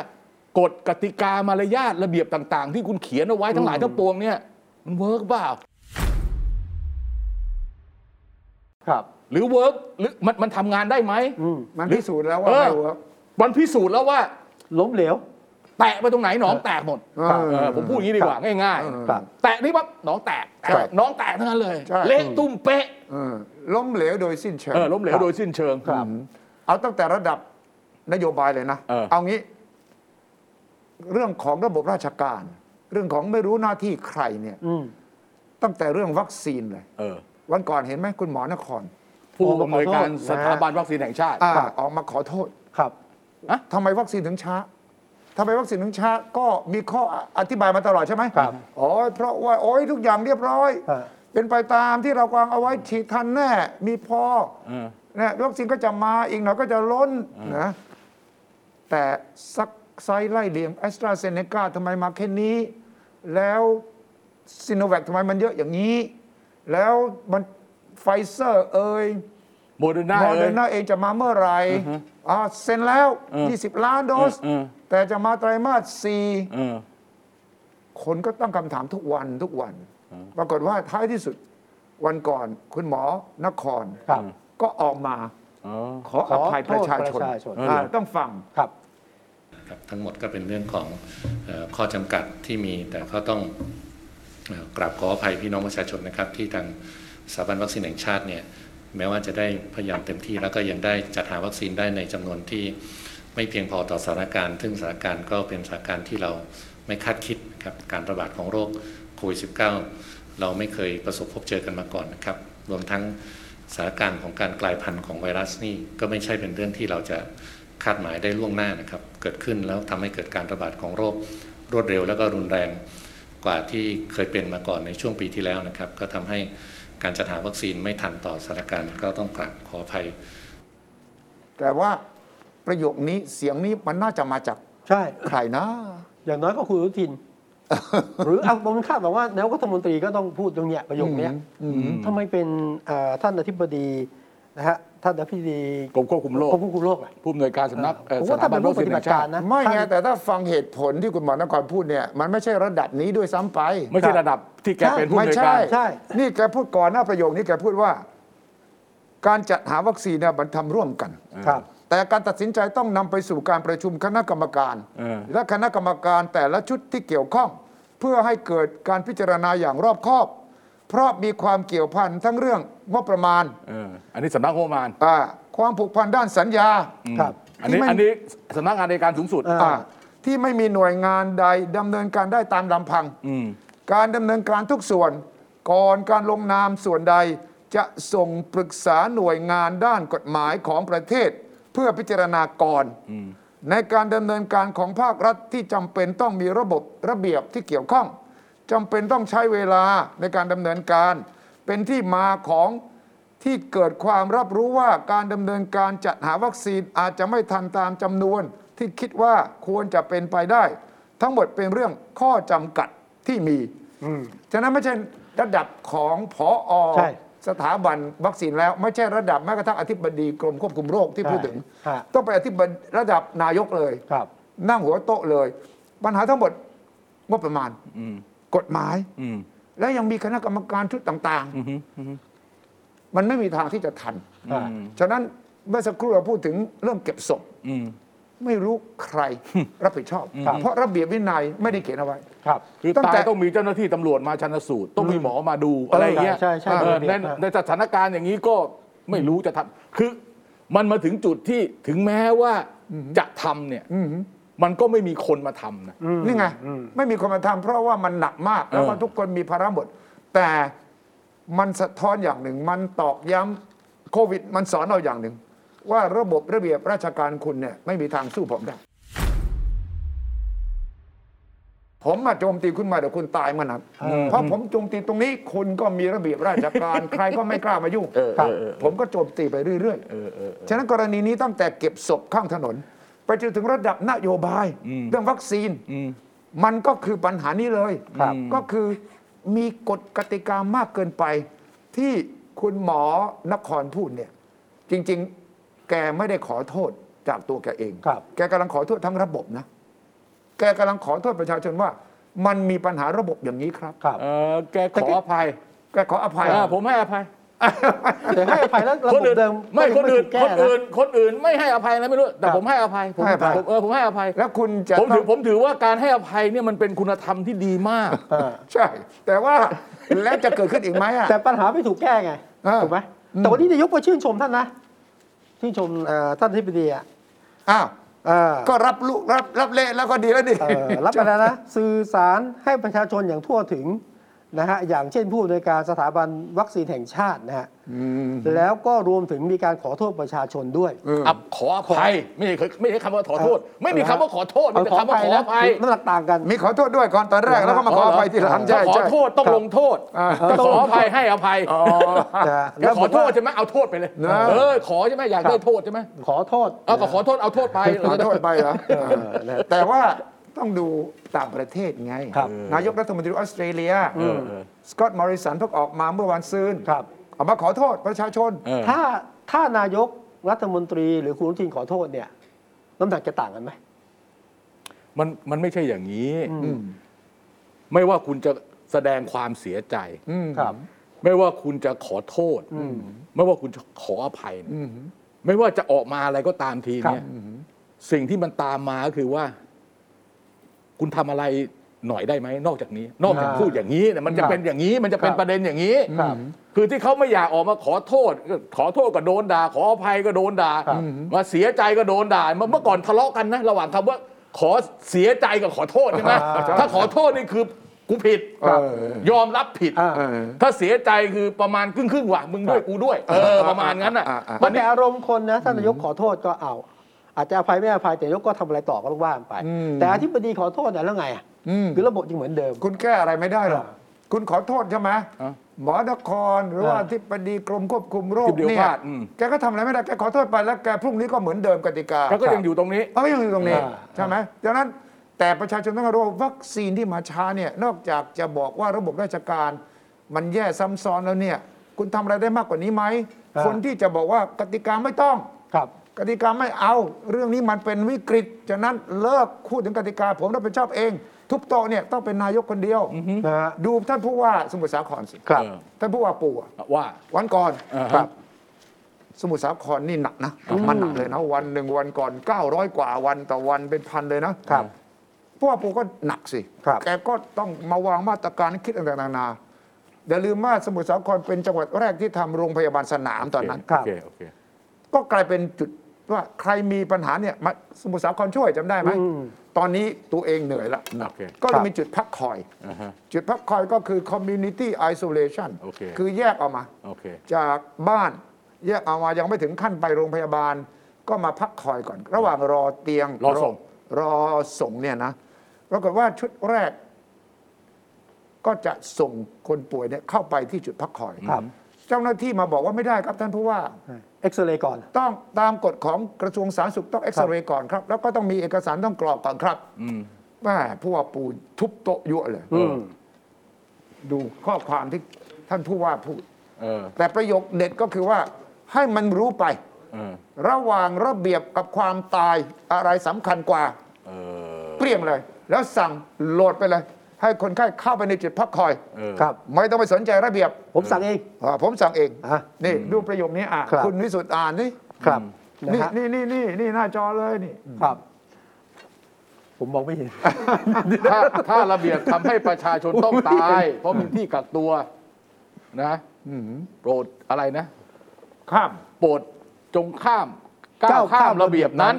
[SPEAKER 2] กฎกติกามารยาทระเบียบต่างๆ ที่คุณเขียนเอาไว้ทั้งหลายทั้งปวงเนี่ยมันเวิร์กเปล่า
[SPEAKER 1] ครับ
[SPEAKER 2] หรือเวิร์กหรือมันมันทำงานได้ไหม
[SPEAKER 1] อืม
[SPEAKER 3] มันพิสูจน์แล้วว่า
[SPEAKER 2] เออ
[SPEAKER 3] ไม่เวิร์ก
[SPEAKER 2] มันพิสูจน์แล้วว่า
[SPEAKER 1] ล้มเหลว
[SPEAKER 2] แตะไปตรงไหนหนองแตกหมด
[SPEAKER 3] เออ
[SPEAKER 2] เออผมพูดอย่างนี้ดีกว่าง่าย
[SPEAKER 3] เออ
[SPEAKER 1] ครับ
[SPEAKER 2] ๆ แตะนี่ปั๊บหนองแตกแตะ
[SPEAKER 3] ใช่
[SPEAKER 2] หนองแตกทั้งนั้นเลย
[SPEAKER 3] ใช่
[SPEAKER 2] เละตุ้มเป๊ะ
[SPEAKER 3] เออล้มเหลวโดยสิ้นเชิง
[SPEAKER 2] เออล้มเหลวโดยสิ้นเชิง
[SPEAKER 1] ครับ
[SPEAKER 3] เอาตั้งแต่ระดับนโยบายเลยนะ
[SPEAKER 2] เออ
[SPEAKER 3] เอางี้ เรื่องของระบบราชการ เรื่องของไม่รู้หน้าที่ใครเนี่ย
[SPEAKER 1] อืม
[SPEAKER 3] ตั้งแต่เรื่องวัคซีนเลย
[SPEAKER 2] เออ
[SPEAKER 3] วันก่อนเห็นไหมคุณหมอนคร
[SPEAKER 2] ผู้อำนวยการ
[SPEAKER 1] ขอโทษนะ
[SPEAKER 2] สถาบันวัคซีนแห่งชาติ
[SPEAKER 3] อาออกมาขอโทษ
[SPEAKER 1] ครับ
[SPEAKER 3] ทำไมวัคซีนถึงช้าทำไมวัคซีนถึงช้า ก็มีข้ออธิบายมาตลอดใช่ไหม
[SPEAKER 1] ครับ
[SPEAKER 3] อ๋อเพราะว่าโอ้ยทุกอย่างเรียบร้อย
[SPEAKER 1] ฮะ
[SPEAKER 3] เป็นไปตามที่เราวางเอาไว้ฉีดทันแน่ มีพอ
[SPEAKER 2] เออ
[SPEAKER 3] นะวัคซีนก็จะมาอีกหน่อยก็จะล้นนะแต่ซักไซส์ไล่เลียงแอสตราเซเนกาทำไมมาแค่นี้ แล้วซ i โนแว c ทำไมมันเยอะอย่างนี้ แล้วมันไฟเซอร์เอ่ย
[SPEAKER 2] โมเดอร์นาม
[SPEAKER 3] อ
[SPEAKER 2] เล
[SPEAKER 3] เดอย ร์นาเองจะมาเมื่อไหร่อ่าเซ็นแล้ว
[SPEAKER 2] อือ
[SPEAKER 3] 20 ล้านโดส
[SPEAKER 2] อืออือ
[SPEAKER 3] แต่จะมาไตรมาส
[SPEAKER 2] เออ
[SPEAKER 3] 4คนก็ตั้งคำถามทุกวันทุกวัน ปรากฏว่าท้ายที่สุดวันก่อนคุณหมอนคร
[SPEAKER 1] ครับ
[SPEAKER 3] ก็ออกมา ขออภัยประชาชน
[SPEAKER 1] ขอโทษประชาชน
[SPEAKER 3] อ่าต้องฟัง
[SPEAKER 1] ครับ
[SPEAKER 4] ครับทั้งหมดก็เป็นเรื่องของเออข้อจำกัดที่มีแต่ก็ต้องเอ่อกราบขออภัยพี่น้องประชาชนนะครับ ที่ทางสถาบันวัคซีนแห่งชาติเนี่ยแม้ว่าจะได้พยายามเต็มที่แล้วก็ยังได้จัดหาวัคซีนได้ในจำนวนที่ไม่เพียงพอต่อสถานการณ์ ซึ่งสถานการณ์ก็เป็นสถานการณ์ที่เราไม่คาดคิดนะครับการระบาดของโรคโควิด -19 เราไม่เคยประสบพบเจอกันมาก่อนนะครับรวมทั้งสถานการณ์ของการกลายพันธุ์ของไวรัสนี่ก็ไม่ใช่เป็นเรื่องที่เราจะ คาดหมายได้ล่วงหน้านะครับ เกิดขึ้นแล้วทำให้เกิดการระบาดของโรครวดเร็วและก็รุนแรงกว่าที่เคยเป็นมาก่อนในช่วงปีที่แล้วนะครับ ก็ทำให้การจัดหาวัคซีนไม่ทันต่อสถานการณ์ก็ต้องกราบขออภัย
[SPEAKER 3] แต่ว่าประโยคนี้เสียงนี้มันน่าจะมาจาก
[SPEAKER 1] ใช่
[SPEAKER 3] ใครนะ
[SPEAKER 1] อย่างน้อยก็คุณอนุทิน หรือเอาผมคาดหวังว่าแล้วก็รัฐมนตรีก็ต้องพูดตรงเนี้ยประโยคเนี้ย
[SPEAKER 3] อืมอืม
[SPEAKER 1] ทำไมเป็นเอ่อท่านอธิบดีนะฮะท่านอธิบดี
[SPEAKER 2] กรมควบคุมโรค
[SPEAKER 1] กรมควบคุมโรคล่ะ
[SPEAKER 2] ผู้อำนวยการสำนักเอ่อ
[SPEAKER 1] ผม
[SPEAKER 2] ส
[SPEAKER 1] ว่า
[SPEAKER 2] ถา
[SPEAKER 1] ท่าน
[SPEAKER 2] บั
[SPEAKER 1] เป็น น
[SPEAKER 2] วัค
[SPEAKER 1] ผู้ป
[SPEAKER 2] ซีน
[SPEAKER 1] ฏิบั
[SPEAKER 2] แห่ง
[SPEAKER 1] ติกา
[SPEAKER 2] ชาร ติ
[SPEAKER 1] นะ
[SPEAKER 3] ไม่ไง
[SPEAKER 1] ท่าน
[SPEAKER 3] แต่ถ้าฟังเหตุผลที่คุณหมอนครพูดเนี่ย มันไม่ใช่ระดับนี้ด้วยซ้ำไป
[SPEAKER 2] ไม่ใช่ระดับที่แกเป็นผู้อำนวย
[SPEAKER 3] ใช่
[SPEAKER 2] การ
[SPEAKER 3] ไม่ใช่ นี่แกพูดก่อนหน้าประโยคนี้แกพูดว่า การจัดหาวัคซีนเนี่ยมันทำร่วมกัน
[SPEAKER 1] ครับ
[SPEAKER 3] แต่การตัดสินใจต้องนำไปสู่การประชุมคณะกรรมการ
[SPEAKER 2] เออ
[SPEAKER 3] และคณะกรรมการแต่ละชุดที่เกี่ยวข้อง เพื่อให้เกิดการพิจารณาอย่างรอบคอบ เพราะมีความเกี่ยวพันทั้งเรื่องงบประมาณ
[SPEAKER 2] เอออันนี้สำนักงบประมาณ
[SPEAKER 3] อ่าความผูกพันด้านสัญญา
[SPEAKER 1] ครับ
[SPEAKER 2] อันนี้
[SPEAKER 3] ที่มัน
[SPEAKER 2] อันนี้สำนักงานในการสูงสุด
[SPEAKER 1] อ่า
[SPEAKER 3] อ่าที่ไม่มีหน่วยงานใดดำเนินการได้ตามลำพัง
[SPEAKER 2] อืม
[SPEAKER 3] การดำเนินการทุกส่วน ก่อนการลงนามส่วนใดจะส่งปรึกษาหน่วยงานด้านกฎหมายของประเทศ เพื่อพิจารณาก่อนในการดำเนินการของภาครัฐที่จำเป็นต้องมีระบบระเบียบที่เกี่ยวข้องจำเป็นต้องใช้เวลาในการดำเนินการ เป็นที่มาของที่เกิดความรับรู้ว่าการดำเนินการจัดหาวัคซีนอาจจะไม่ทันตามจำนวน ที่คิดว่าควรจะเป็นไปได้ ทั้งหมดเป็นเรื่องข้อจำกัดที่มี ฉะนั้นไม่ใช่ระดับของผอ
[SPEAKER 1] ใช่
[SPEAKER 3] สถาบันวัคซีนแล้วไม่ใช่ระดับแม้กระทั่งอธิบดีกรมควบคุมโรคที่พูดถึง
[SPEAKER 1] ใช่ฮะ
[SPEAKER 3] ต้องไปอธิบดีระดับนายกเลย
[SPEAKER 1] ครับ
[SPEAKER 3] นั่งหัวโต๊ะเลย ปัญหาทั้งหมดงบประมาณ
[SPEAKER 2] อืม
[SPEAKER 3] กฎหมาย
[SPEAKER 2] อืม
[SPEAKER 3] และยังมีคณะกรรมการชุดต่าง
[SPEAKER 2] อืมอืม
[SPEAKER 3] ๆ มันไม่มีทางที่จะทัน
[SPEAKER 2] อืม
[SPEAKER 3] ฉะนั้นเมื่อสักครู่เราพูดถึงเรื่องเก็บศพ
[SPEAKER 2] อืม
[SPEAKER 3] ไม่รู้ใคร รับผิดชอบ
[SPEAKER 1] ครับ
[SPEAKER 3] เพราะระเบียบวินัยไม่ได้เขียนเอาไว้
[SPEAKER 1] ครับ
[SPEAKER 2] คือ
[SPEAKER 3] ตั้ง
[SPEAKER 2] ตา
[SPEAKER 3] แต่
[SPEAKER 2] ยต้องมีเจ้าหน้าที่ตำรวจมาชันสูตร ต้องมีหมอมาดูอะไรอย่างเงี้ย
[SPEAKER 1] ใช่ใช่ใช่
[SPEAKER 2] เออ
[SPEAKER 1] ระเบี
[SPEAKER 2] ใน
[SPEAKER 1] ยบนะ
[SPEAKER 2] ในสถานการณ์อย่างนี้ก็ไม่รู้จะทำคือมันมาถึงจุดที่ถึงแม้ว่าจะทำเนี่ย
[SPEAKER 3] อือหือ
[SPEAKER 2] มันก็ไม่มีคนมาทำนะ
[SPEAKER 3] นี่ไง
[SPEAKER 1] อืม
[SPEAKER 3] ไม่มีคนมาทำเพราะว่ามันหนักมาก แล้วก็
[SPEAKER 2] เออ
[SPEAKER 3] ทุกคนมีภาระหมด แต่มันสะท้อนอย่างหนึ่ง มันตอกย้ำโควิด มันสอนเราอย่างหนึ่ง ว่าระบบระเบียบราชการคุณเนี่ยไม่มีทางสู้ผมได้ ผมมาโจมตีคุณมาเดี๋ยวคุณตายมานัดเพราะผมโจมตีตรงนี้คุณก็มีระเบียบราชการ ใครก็ไม่กล้ามายุ่งครับผมก็โจมตีไปเรื่อยๆฉะนั้นกรณีนี้ตั้งแต่เก็บศพข้างถนน ไปจนถึงระดับนโยบาย เรื่องวัคซีน มันก็คือปัญหานี้เลย
[SPEAKER 1] ครับ
[SPEAKER 3] ก็คือมีกฎกติกามากเกินไป ที่คุณหมอนครพูดเนี่ย จริงๆ แกไม่ได้ขอโทษจากตัวแกเอง
[SPEAKER 1] ครับ
[SPEAKER 3] แกกำลังขอโทษทั้งระบบนะ แกกำลังขอโทษประชาชนว่า มันมีปัญหาระบบอย่างนี้ครับ
[SPEAKER 1] ครับ
[SPEAKER 2] เออแกขออภัย
[SPEAKER 3] แกขออภัย
[SPEAKER 2] อ่าผมให้อภัย
[SPEAKER 1] แต่ให้อภัยแล้วระ
[SPEAKER 2] ค
[SPEAKER 1] บ
[SPEAKER 2] น
[SPEAKER 1] บ
[SPEAKER 2] อื่น
[SPEAKER 1] เดิม
[SPEAKER 2] ไม่คนอื่น
[SPEAKER 1] ถูกแก้
[SPEAKER 2] คน
[SPEAKER 1] นะ
[SPEAKER 2] อื่นคนอื่นไม่ให้อภัยนะไม่รู้แต่
[SPEAKER 1] ครับ
[SPEAKER 2] ผมให้อภัยผม
[SPEAKER 3] ให้อภัย
[SPEAKER 2] ผมเออผมให้อภัย
[SPEAKER 3] แล้วคุณจะ
[SPEAKER 2] ผม
[SPEAKER 3] ต้
[SPEAKER 2] ถื
[SPEAKER 3] อ
[SPEAKER 2] อง ผมถือว่าการให้อภัยเนี่ยมันเป็นคุณธรรมที่ดีมาก
[SPEAKER 1] เออ
[SPEAKER 3] ใช่ แต่ว่า แล้วจะเกิดขึ้นอีกไหมอ่ะ
[SPEAKER 1] แต่ปัญหาไม่ถูกแก้ไง
[SPEAKER 3] เออ
[SPEAKER 1] ถูกไหม
[SPEAKER 3] อืม
[SPEAKER 1] แต่วันนี้นายกไปชื่นชมท่านนะชื่นชมเอ่อท่านทิบดีอ่ะ
[SPEAKER 3] อ้าว
[SPEAKER 1] เออ
[SPEAKER 3] ก็รับลูกรับรับเละแล้วก็ดีแล้วดิ
[SPEAKER 1] เอ อรับไปแล้วนะสื่อสารให้ประชาชนอย่างทั่วถึงนะฮะอย่างเช่นผู้อำนวยการสถาบันวัคซีนแห่งชาตินะฮะ
[SPEAKER 3] อืม
[SPEAKER 1] แล้วก็รวมถึงมีการขอโทษประชาชนด้วย
[SPEAKER 3] เออ
[SPEAKER 2] อับขออภัยไม่ใช่ไม่ใช่คำว่าขอโทษ ไม่มีคำว่าขอโทษมีแต่คำว่าขออภัย
[SPEAKER 1] น้ำหนักต่างกัน
[SPEAKER 3] มีขอโทษด้วยก่อนตอนแรกแล้วก็มาขออภัยทีหลังใช่
[SPEAKER 2] ถ้าขอ
[SPEAKER 3] ใช่
[SPEAKER 2] โทษต้องลงโทษ
[SPEAKER 3] อ่า
[SPEAKER 2] ถ้าขออภัยให้อภัย
[SPEAKER 3] อ๋อ
[SPEAKER 1] นะ
[SPEAKER 2] แกขอโทษใช่ไหมเอาโทษไปเลย
[SPEAKER 3] นะ
[SPEAKER 2] เออขอใช่ไหมอยากได้โทษใช่ไหม
[SPEAKER 1] ขอโทษ
[SPEAKER 2] เอาก็ขอโทษเอาโทษไป
[SPEAKER 3] ขอโทษไปเหรอ
[SPEAKER 1] เออนะ
[SPEAKER 3] แต่ว่าต้องดูต่างประเทศไง
[SPEAKER 1] ครับ
[SPEAKER 3] นายกรัฐมนตรีออสเตรเลีย
[SPEAKER 2] เออเออ
[SPEAKER 3] สกอตต์มอริสันเพิ่งออกมาเมื่อวันซืน
[SPEAKER 1] ครับ
[SPEAKER 3] ออกมาขอโทษประชาชน
[SPEAKER 2] เออ
[SPEAKER 1] ถ้าถ้านายกรัฐมนตรีหรือคุณอนุทินขอโทษเนี่ยน้ำหนักจะต่างกันไหม
[SPEAKER 2] มันมันไม่ใช่อย่างนี้
[SPEAKER 3] อืม
[SPEAKER 2] ไม่ว่าคุณจะแสดงความเสียใจ
[SPEAKER 3] อืม
[SPEAKER 1] ครับ
[SPEAKER 2] ไม่ว่าคุณจะขอโทษ ไม่ว่าคุณจะขออภัยเนี่ย
[SPEAKER 3] อืม
[SPEAKER 2] ไม่ว่าจะออกมาอะไรก็ตามที
[SPEAKER 1] ครับ
[SPEAKER 2] เนี่ยสิ่งที่มันตามมาก็คือว่า คุณทำอะไรหน่อยได้ไหมนอกจากนี้ นอกจากพูดอย่างนี้เนี่ยมันจะ
[SPEAKER 1] ครับ
[SPEAKER 2] เป็นอย่างนี้ มันจะเป็น
[SPEAKER 1] ครับ
[SPEAKER 2] ประเด็นอย่างนี้
[SPEAKER 1] ครับ
[SPEAKER 2] คือที่เขาไม่อยากออกมาขอโทษก็ขอโทษก็โดนด่า ขออภัยก็โดนด่า
[SPEAKER 1] ครับ
[SPEAKER 2] มาเสียใจก็โดนด่าเมื่อเมื่อก่อนทะเลาะกันนะ ระหว่างคำว่าขอเสียใจกับขอโทษใช่ไหม
[SPEAKER 1] อ่า
[SPEAKER 2] ถ้าขอโทษนี่คือกูผิด
[SPEAKER 1] ครับ
[SPEAKER 2] ยอมรับผิด
[SPEAKER 1] อ่า
[SPEAKER 3] เออ
[SPEAKER 2] ถ้าเสียใจคือประมาณครึ่งครึ่งๆว่ะมึงด้วยกูด้วย เออประมาณนั้นอ่ะ
[SPEAKER 3] อ่าอ่าอ่า
[SPEAKER 1] มั
[SPEAKER 2] วัน น
[SPEAKER 1] แต่
[SPEAKER 2] นี้
[SPEAKER 1] อารมณ์คนนะถ้านายกขอโทษก็เอา อาจจะอภัยไม่อภัยแต่นายกก็ทำอะไรต่อก็ต้องว่ากันไป
[SPEAKER 3] อืม
[SPEAKER 1] แต่อธิบดีขอโทษเนี่ยแล้วไงอ่ะ
[SPEAKER 3] อืม
[SPEAKER 1] คือระบบยังเหมือนเดิม
[SPEAKER 3] คุณแก้อะไรไม่ได้หรอก
[SPEAKER 1] อ่า
[SPEAKER 3] คุณขอโทษใช่ไหม
[SPEAKER 2] อ่ะ
[SPEAKER 3] หมอนครหรือว่า
[SPEAKER 1] อ่า
[SPEAKER 3] ที่ปดีกรมควบคุมโรค
[SPEAKER 2] ที่เดียว
[SPEAKER 3] เนี่ย
[SPEAKER 2] พลาดอืม
[SPEAKER 3] แกก็ทำอะไรไม่ได้แกขอโทษไปแล้วแกพรุ่งนี้ก็เหมือนเดิมกติกา
[SPEAKER 2] แล้วก็ยังอยู่ตรงนี้
[SPEAKER 3] เอาไม่ยังอยู่ตรงนี้
[SPEAKER 1] อ่า
[SPEAKER 3] ใช่ไหมดังนั้นแต่ประชาชนต้องรู้ว่าวัคซีนที่มาช้าเนี่ยนอกจากจะบอกว่าระบบราชการ มันแย่ซ้ำซ้อนแล้วเนี่ยคุณทำอะไรได้มากกว่านี้ไหม คนที่จะบอกว่ากติกาไม่ต้อง
[SPEAKER 1] ครับ
[SPEAKER 3] กติกาไม่เอา เรื่องนี้มันเป็นวิกฤตฉะนั้นเลิกพูดถึงกติกาผมรับผิดชอบเอง ทุกโต๊ะเนี่ยต้องเป็นนายกคนเดียว
[SPEAKER 1] นะฮะ
[SPEAKER 3] ดูท่านผู้ว่าสมุทรสาครสิ
[SPEAKER 1] ครับ
[SPEAKER 2] เออ
[SPEAKER 3] ท่านผู้ว่าปู่อะ
[SPEAKER 2] ว่า
[SPEAKER 3] วันก่อน
[SPEAKER 2] อ่าฮะ
[SPEAKER 3] ครับ สมุทรสาครนี่หนักนะมันหนักเลยนะ วันหนึ่งวันก่อน 900 กว่าวันต่อวันเป็นพันเลยนะครับ พวกปูก็หนักสิ
[SPEAKER 1] ครับ
[SPEAKER 3] แกก็ต้องมาวางมาตรการคิดต่างๆนานาอย่าลืมว่าสมุทรสาครเป็นจังหวัดแรกที่ทำโรงพยาบาลสนามตอนนั้น
[SPEAKER 1] ครับ
[SPEAKER 2] โอเคโอเค
[SPEAKER 3] ก็กลายเป็นจุดว่าใครมีปัญหาเนี่ยมาสมุทรสาครช่วยจำได้ไหม
[SPEAKER 1] อืม
[SPEAKER 3] ตอนนี้ตัวเองเหนื่อยละ
[SPEAKER 2] โอเค
[SPEAKER 3] ก็เลยมีจุดพักคอย
[SPEAKER 2] อ่าฮะ
[SPEAKER 3] จุดพักคอยก็คือ community isolation
[SPEAKER 2] โอเค
[SPEAKER 3] คือแยกออกมา
[SPEAKER 2] โอเค
[SPEAKER 3] จากบ้านแยกเอามายังไม่ถึงขั้นไปโรงพยาบาล ก็มาพักคอยก่อน ระหว่างรอเตียง
[SPEAKER 2] รอส่ง
[SPEAKER 3] รอส่งเนี่ยนะปรากฏว่าชุดแรก ก็จะส่งคนป่วยเนี่ยเข้าไปที่จุดพักคอย
[SPEAKER 1] ครับ
[SPEAKER 3] เจ้าหน้าที่มาบอกว่าไม่ได้ครับท่านผู้ว่า
[SPEAKER 1] เอ็กซเรย์ก่อน
[SPEAKER 3] ต้องตามกฎของกระทรวงสาธารณสุขต้องเอ็กซเรย์ก่อนครับ แล้วก็ต้องมีเอกสารต้องกรอกก่อนครับ
[SPEAKER 2] อืม
[SPEAKER 3] แม่ผู้ว่าปูทุบโต๊ะยั่วเลย
[SPEAKER 1] อืม
[SPEAKER 3] ดูข้อความที่ท่านผู้ว่าพูด
[SPEAKER 2] เอ เออ
[SPEAKER 3] แต่ประโยคเด็ดก็คือว่าให้มันรู้ไป
[SPEAKER 2] เออ
[SPEAKER 3] ระหว่างระเบียบกับความตายอะไรสำคัญกว่า
[SPEAKER 2] เออ
[SPEAKER 3] เปรี้ยงเลย แล้วสั่งโหลดไปเลย ให้คนไข้เข้าไปในจุดพักคอย
[SPEAKER 2] เออ
[SPEAKER 1] ครับ
[SPEAKER 3] ไม่ต้องไปสนใจระเบียบ
[SPEAKER 1] ผมสั่งเอง
[SPEAKER 3] อ่าผมสั่งเอง
[SPEAKER 1] อ่ะ
[SPEAKER 3] นี่ดูประโยคนี้อ่ะ
[SPEAKER 1] ครับ
[SPEAKER 3] คุณวิสุทธ์อ่านนี่
[SPEAKER 1] ครับนะ
[SPEAKER 3] นี่
[SPEAKER 1] ฮะ
[SPEAKER 3] นี่นี่นี่นี่หน้าจอเลยนี่
[SPEAKER 1] ครับ ผมมองไม่เห็น
[SPEAKER 2] ถ้าถ้าระเบียบทำให้ประชาชนต้องตาย เพราะมีที่กักตัวนะโปรดอะไรนะ
[SPEAKER 3] ข้าม
[SPEAKER 2] โปรดจงข้ามก้าวข้ามระเบียบนั้น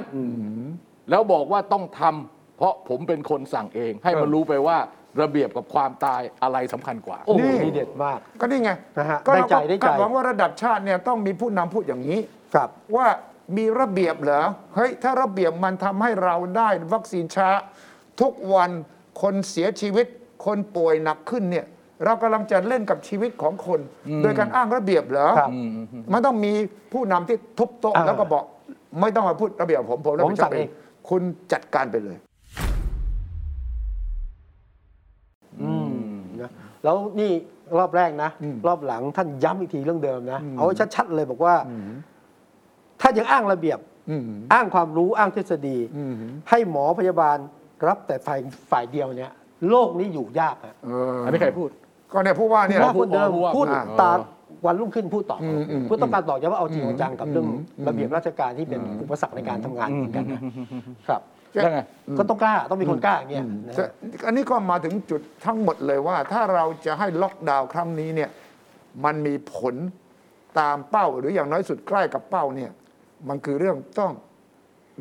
[SPEAKER 2] แล้วบอกว่าต้องทำเพราะผมเป็นคนสั่งเอง ให้มันรู้ไปว่าระเบียบกับความตายอะไรสำคัญกว่า
[SPEAKER 1] โอ้โหนี่เด็ดมาก
[SPEAKER 3] ก็นี่ไง
[SPEAKER 1] นะฮะ
[SPEAKER 3] ก็เราก็
[SPEAKER 1] ได้ใจได้ใจ
[SPEAKER 3] คาดหวังว่าระดับชาติเนี่ยต้องมีผู้นำพูดอย่างนี้
[SPEAKER 1] ครับ
[SPEAKER 3] ว่ามีระเบียบเหรอเฮ้ยถ้าระเบียบมันทำให้เราได้วัคซีนช้า ทุกวันคนเสียชีวิต คนป่วยหนักขึ้นเนี่ย เรากำลังจะเล่นกับชีวิตของคน โดยการอ้างระเบียบเหรอ
[SPEAKER 1] ครับ
[SPEAKER 3] มันต้องมีผู้นำที่ทุบโต๊ะ
[SPEAKER 1] อ่า
[SPEAKER 3] แล้วก็บอกไม่ต้องมาพูดระเบียบผมผมรับผิดช
[SPEAKER 1] ผม
[SPEAKER 3] อบ
[SPEAKER 1] สั่ง
[SPEAKER 3] เอ
[SPEAKER 1] เอง ง
[SPEAKER 3] คุณจัดการไปเลย
[SPEAKER 1] นะแล้วนี่รอบแรกนะ รอบหลังท่านย้ำอีกทีเรื่องเดิมนะ เอาให้ชัดๆเลยบอกว่า ถ้ายังอ้างระเบียบ
[SPEAKER 3] อืม
[SPEAKER 1] อ้างความรู้อ้างทฤษฎี
[SPEAKER 3] อืม
[SPEAKER 1] ให้หมอพยาบาลรับแต่ฝ่ายฝ่ายเดียวเนี่ย โลกนี้อยู่ยากฮะ
[SPEAKER 3] เออ
[SPEAKER 2] อันนี้ใครพูด
[SPEAKER 3] ก็เนี่ยผู้ว่าเนี่ย
[SPEAKER 1] ว่าคนเดิม
[SPEAKER 2] ผู้ว่า
[SPEAKER 1] พูด
[SPEAKER 2] อ่า
[SPEAKER 1] ตามวันรุ่งขึ้นพูดต่ออ
[SPEAKER 3] มอืม
[SPEAKER 1] เพื่อต้องการต่อกย้ำว่าเอาจริงเอาจังกับเรื่องระเบียบราชการที่เป็นอุปสรรคในการทำงานเหมือนกันนะครับ
[SPEAKER 2] แล้วไง
[SPEAKER 1] ก็ต้องกล้าต้องมีคนกล้าอย่างเงี้ยนะ
[SPEAKER 3] จะ
[SPEAKER 1] ฮะ
[SPEAKER 3] อันนี้ก็มาถึงจุดทั้งหมดเลยว่า ถ้าเราจะให้ล็อกดาวน์ครั้งนี้เนี่ยมันมีผลตามเป้าหรืออย่างน้อยสุดใกล้กับเป้าเนี่ยมันคือเรื่องต้อง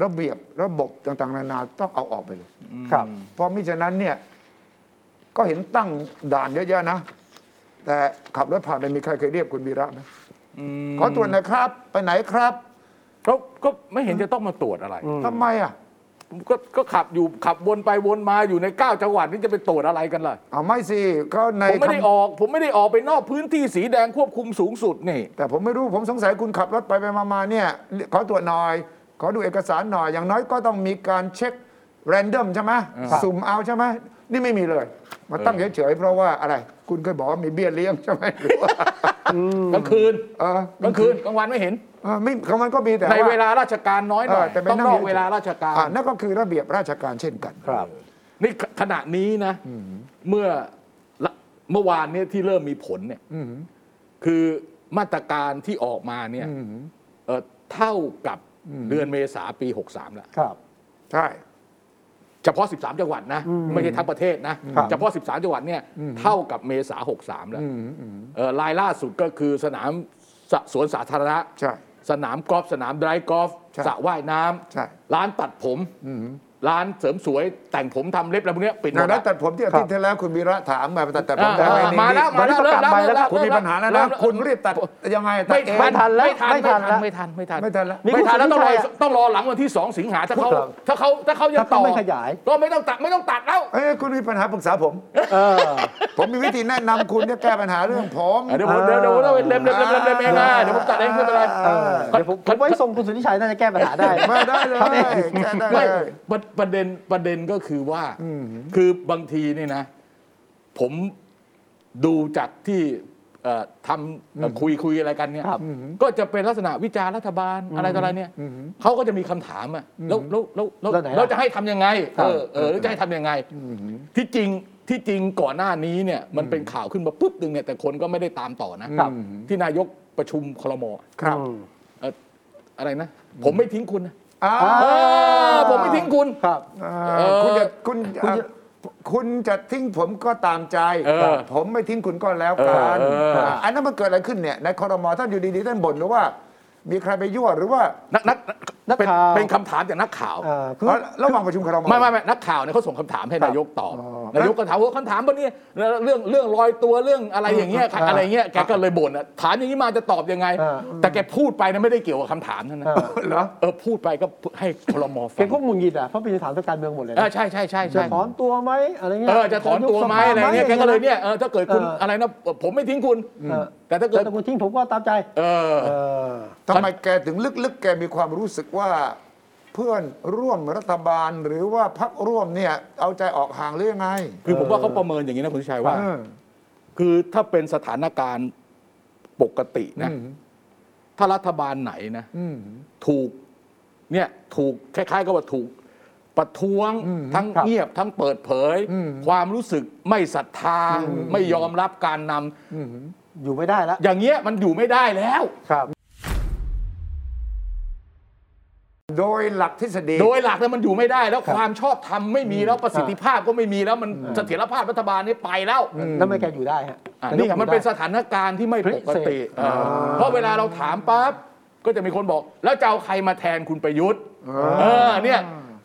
[SPEAKER 3] ระเบียบระบบต่างๆ นานาต้องเอาออกไปเลย
[SPEAKER 1] ครับ
[SPEAKER 3] เพราะมิฉะนั้นเนี่ยก็เห็นตั้งด่านเยอะๆนะ แต่ขับรถผ่านไปมีใครเคยเรียกคุณวีระไหมขอตรวจหนะครับ ไปไหนครับ
[SPEAKER 2] ก็ก็ไม่เห็นจะต้องมาตรวจอะไร
[SPEAKER 3] ทำไมอ่ะ
[SPEAKER 2] ก็ก็ขับอยู่ขับวนไปวนมาอยู่ใน 9 จังหวัดนี่จะไปตรวจอะไรกันล่ะ
[SPEAKER 3] เอาไม่สิก็ใน
[SPEAKER 2] ผมไม่ได้ออก ผมไม่ได้ออกไปนอกพื้นที่สีแดงควบคุมสูงสุดนี่
[SPEAKER 3] แต่ผมไม่รู้ผมสงสัยคุณขับรถไปไปมามาเนี่ยขอตรวจหน่อย ขอดูเอกสารหน่อย อย่างน้อยก็ต้องมีการเช็ค แรนดอมใช่ไหมสุ่มเอาใช่ไหมนี่ไม่มีเลย มาตั้งเฉยๆเพราะว่าอะไร คุณเคยบอกว่ามีเบี้ยเลี้ยงใช่ไหมหรือ ว่าก
[SPEAKER 2] ลางคืน
[SPEAKER 3] เออก
[SPEAKER 2] ลางคืนกลางวันไม่เห็น
[SPEAKER 3] เออไม่ของมันก็มีแต่
[SPEAKER 2] ในเว
[SPEAKER 3] ว่า
[SPEAKER 2] ลาราชการน้อยหน่อย
[SPEAKER 3] เออแต่ไป
[SPEAKER 2] ต้อง
[SPEAKER 3] นั่ง
[SPEAKER 2] นอ
[SPEAKER 3] เรี
[SPEAKER 2] ก
[SPEAKER 3] ยน
[SPEAKER 2] เวลาราชการ
[SPEAKER 3] อ่านั่นก็คือระเบียบราชการเช่นกัน
[SPEAKER 1] ครับ
[SPEAKER 2] นี่ขขณะนี้นะเมื่อละเมื่อวานเนี่ยที่เริ่มมีผลเนี่ยคือมาตรการที่ออกมาเนี่ยเอ่อเท่ากับเดือนเมษาปี 63 แล้ว
[SPEAKER 1] ครับ
[SPEAKER 3] ใช่
[SPEAKER 2] เฉพาะ 13 จังหวัดนะ ไม่ใช่ทั้งประเทศนะ เฉพาะ 13 จังหวัดเนี่ยเท่ากับเมษา 63 แล้วเอ่อรายล่าสุดก็คือสนามสสวนสาธารณะ
[SPEAKER 3] ใช่
[SPEAKER 2] สนามกอล์ฟสนามไดร์กอล์ฟ
[SPEAKER 3] ใช่
[SPEAKER 2] สระว่ายน้
[SPEAKER 3] ใช่
[SPEAKER 2] ำร้านตัดผม ร้านเสริมสวยแต่งผมทำเล็บอะไรพวกเนี้ยปิดหม
[SPEAKER 3] ดัง
[SPEAKER 2] ด
[SPEAKER 3] นั้น
[SPEAKER 2] ละ
[SPEAKER 3] ตัดผมที่อาทิตย์ที่แล้วคุณวีระถามมาตัดแต่ผมได้
[SPEAKER 2] อ่า
[SPEAKER 3] ไหมนี่
[SPEAKER 2] อ่ามาแล้ว
[SPEAKER 3] นี่
[SPEAKER 2] มาแล้ว
[SPEAKER 3] ตอนนี้
[SPEAKER 2] เริ่ม
[SPEAKER 3] ประกาศ
[SPEAKER 2] แล้ว
[SPEAKER 3] ไป
[SPEAKER 2] เริ่มแล้ว
[SPEAKER 3] คุณมีปัญหาแล้วนะ
[SPEAKER 2] เริ่ม
[SPEAKER 3] คุณรีบตัดยังไงตัด
[SPEAKER 2] ไม่
[SPEAKER 3] เอง
[SPEAKER 2] ไม่ทันแล้ว
[SPEAKER 1] ไม่
[SPEAKER 2] ไม่
[SPEAKER 1] ทั
[SPEAKER 2] ทัน
[SPEAKER 1] นแล้ว
[SPEAKER 2] ไม่ทันไม่ทัน
[SPEAKER 3] ไม่ทันแล้ว
[SPEAKER 1] นี่
[SPEAKER 2] ไม่ทันแล้ว
[SPEAKER 1] คุณ
[SPEAKER 2] ต้องรอ
[SPEAKER 1] สุทธิชัยอะ
[SPEAKER 2] ต้องรอหลังวันที่ 2 สิงหาถ้าเขา
[SPEAKER 1] พูดเหรอ
[SPEAKER 2] ถ้าเขาถ้าเขายัง
[SPEAKER 1] ถ้าเขา
[SPEAKER 2] ต่อ
[SPEAKER 1] ไม่ขยาย
[SPEAKER 2] ก็ไม่ต้องตัดไม่ต้องตัดแล้ว
[SPEAKER 3] เอ้ยคุณมีปัญหาปรึกษาผม
[SPEAKER 1] เออ
[SPEAKER 3] ผมมีวิธีแนะนำคุณจะแก้ปัญหาเรื่องผม
[SPEAKER 2] เดี๋ยวผมเดี๋ยวเดี๋ยวเดี๋ยวเล็มเล็มเล็มเล็มเล็มเองนะเดี๋ยวผมตัดเองไม่เป็นไร
[SPEAKER 1] เออเดี๋ยวผมผมไว้ทรงคุณสุทธิชัยน่าจะแก้ปัญหาได้
[SPEAKER 3] มาได้เลย
[SPEAKER 1] ครับ
[SPEAKER 3] แก้ได้เล
[SPEAKER 2] ไม่
[SPEAKER 3] ย
[SPEAKER 2] ประประเด็นประเด็นก็คือว่าคือบางทีนี่นะ ผมดูจากที่เอ่อทำเอ่อคุยคุยอะไรกันเนี่ย
[SPEAKER 1] ครับ
[SPEAKER 2] ก็จะเป็นลักษณะวิจารณ์รัฐบาลอะไรต่ออะไรเนี่ยเขาก็จะมีคำถามอะแล้วแล้วแล้วแล้ว
[SPEAKER 1] แล้วไหนล่ะ
[SPEAKER 2] เราจะให้ทำยังไง
[SPEAKER 1] ครั
[SPEAKER 2] เอบ อเออแล้วจะให้ทำยังไงที่จริงที่จริงก่อนหน้านี้เนี่ย มันเป็นข่าวขึ้นมาปุ๊บหนึ่งเนี่ยแต่คนก็ไม่ได้ตามต่อนะที่นายกประชุมคลม
[SPEAKER 3] ครับ
[SPEAKER 1] อืม
[SPEAKER 2] เอ่ออะไรนะ ผมไม่ทิ้งคุณนะ
[SPEAKER 3] อ่า
[SPEAKER 2] เออผมไม่ทิ้งคุณ
[SPEAKER 1] ครับ
[SPEAKER 3] อ่า
[SPEAKER 2] เออ
[SPEAKER 3] คุณจะคุณ
[SPEAKER 1] คุณจะ
[SPEAKER 3] อ่าคุณจะทิ้งผมก็ตามใจ
[SPEAKER 2] เออ
[SPEAKER 3] ผมไม่ทิ้งคุณก็แล้วกัน
[SPEAKER 2] เออเออ
[SPEAKER 3] เอออันนั้นมันเกิดอะไรขึ้นเนี่ยในคอรมอท่านอยู่ดีๆท่านบ่นหรือว่า มีใครไปยั่วหรือว่า
[SPEAKER 2] นักนัก
[SPEAKER 1] นัก
[SPEAKER 2] เป็น
[SPEAKER 1] ข่าว
[SPEAKER 2] เป็นคำถามจากนักข่าว
[SPEAKER 1] เอ่อคือ
[SPEAKER 3] เอาระหว่างประชุมครม
[SPEAKER 2] ไม่ไม่ไม่นักข่าวเนี่ยเขาส่งคำถามให้
[SPEAKER 1] ครับ
[SPEAKER 2] นายกตอบ
[SPEAKER 3] อ๋อน
[SPEAKER 2] ายกก็ถามว่าคำถามวันนี้เรื่องเรื่องลอยตัวเรื่องอะไรอย่างเงี้ย
[SPEAKER 3] อ่า
[SPEAKER 2] อะไรเงี้ยแกก็เลยบ่นอะถามอย่างนี้มาจะตอบยังไง
[SPEAKER 1] อ่า
[SPEAKER 2] แต่แกพูดไปนะไม่ได้เกี่ยวกับคำถามนั่นนะ
[SPEAKER 1] เอ่อ
[SPEAKER 3] เหรอ
[SPEAKER 2] เออพูดไปก็ให้พลม
[SPEAKER 1] แก
[SPEAKER 2] ฟัง
[SPEAKER 1] ก็หงุนงิดอ่ะเพราะเป็นสถานทางการเมืองหมดเลย
[SPEAKER 2] เออ
[SPEAKER 1] นะ
[SPEAKER 2] ใช่ใช่ใช่
[SPEAKER 1] จะ
[SPEAKER 2] ใช่
[SPEAKER 1] ถอนตัวไหมอะไรเงี้ย
[SPEAKER 2] เออจะถอนตัวไหมอะไรเงี้ยแกก็เลยเนี่ยเออถ้าเกิดคุณ
[SPEAKER 1] เอออ
[SPEAKER 2] อะไรนะเออผมไม่ทิ้งคุณ
[SPEAKER 1] เออ
[SPEAKER 2] แต่ถ้าเกิ
[SPEAKER 1] แต่
[SPEAKER 2] ด
[SPEAKER 1] ถ้าคุณทิ้งผมก็ตามใจ
[SPEAKER 2] เออ
[SPEAKER 1] เออ
[SPEAKER 3] ทำไมแกถึงลึกๆ แกมีความรู้สึกว่า เพื่อนร่วมรัฐบาลหรือว่าพรรคร่วมเนี่ยเอาใจออกห่างหรือยังไง
[SPEAKER 2] คือผมว่าเขาประเมินอย่างนี้นะคุณชัยว่า
[SPEAKER 3] เออ
[SPEAKER 2] คือถ้าเป็นสถานการณ์ ปกตินะ ถ้ารัฐบาลไหนนะถูกเนี่ยถูกคล้ายๆกับว่าถูกประท้วงทั้ง
[SPEAKER 1] ครับ
[SPEAKER 2] เงียบทั้งเปิดเผย ความรู้สึกไม่ศรัทธา ไม่ยอมรับการน
[SPEAKER 1] อยู่ไม่ได้แล้ว
[SPEAKER 2] ำอย่างเงี้ยมันอยู่ไม่ได้แล้ว
[SPEAKER 1] ครับ
[SPEAKER 3] โดยหลักทฤษฎี
[SPEAKER 2] โดยหลักแล้วมันอยู่ไม่ได้แล้วความชอบธรรมไม่มีแล้วประสิทธิภาพก็ไม่มีแล้วมันเสถียรภาพรัฐบาลนี่ไปแล้ว
[SPEAKER 1] แล้วไม่แกอยู่ได้ฮะ
[SPEAKER 2] อ่ะ
[SPEAKER 1] แก
[SPEAKER 2] นี่
[SPEAKER 1] อ
[SPEAKER 2] ไง
[SPEAKER 1] ยู่
[SPEAKER 2] มันเป็น
[SPEAKER 1] ได้
[SPEAKER 2] สถานการณ์ที่ไม่ปกติ
[SPEAKER 1] พิเศษ
[SPEAKER 2] เออเพราะเวลาเราถามปั๊บก็จะมีคนบอก แล้วจะเอาใครมาแทนคุณประยุทธ์เออเนี่ย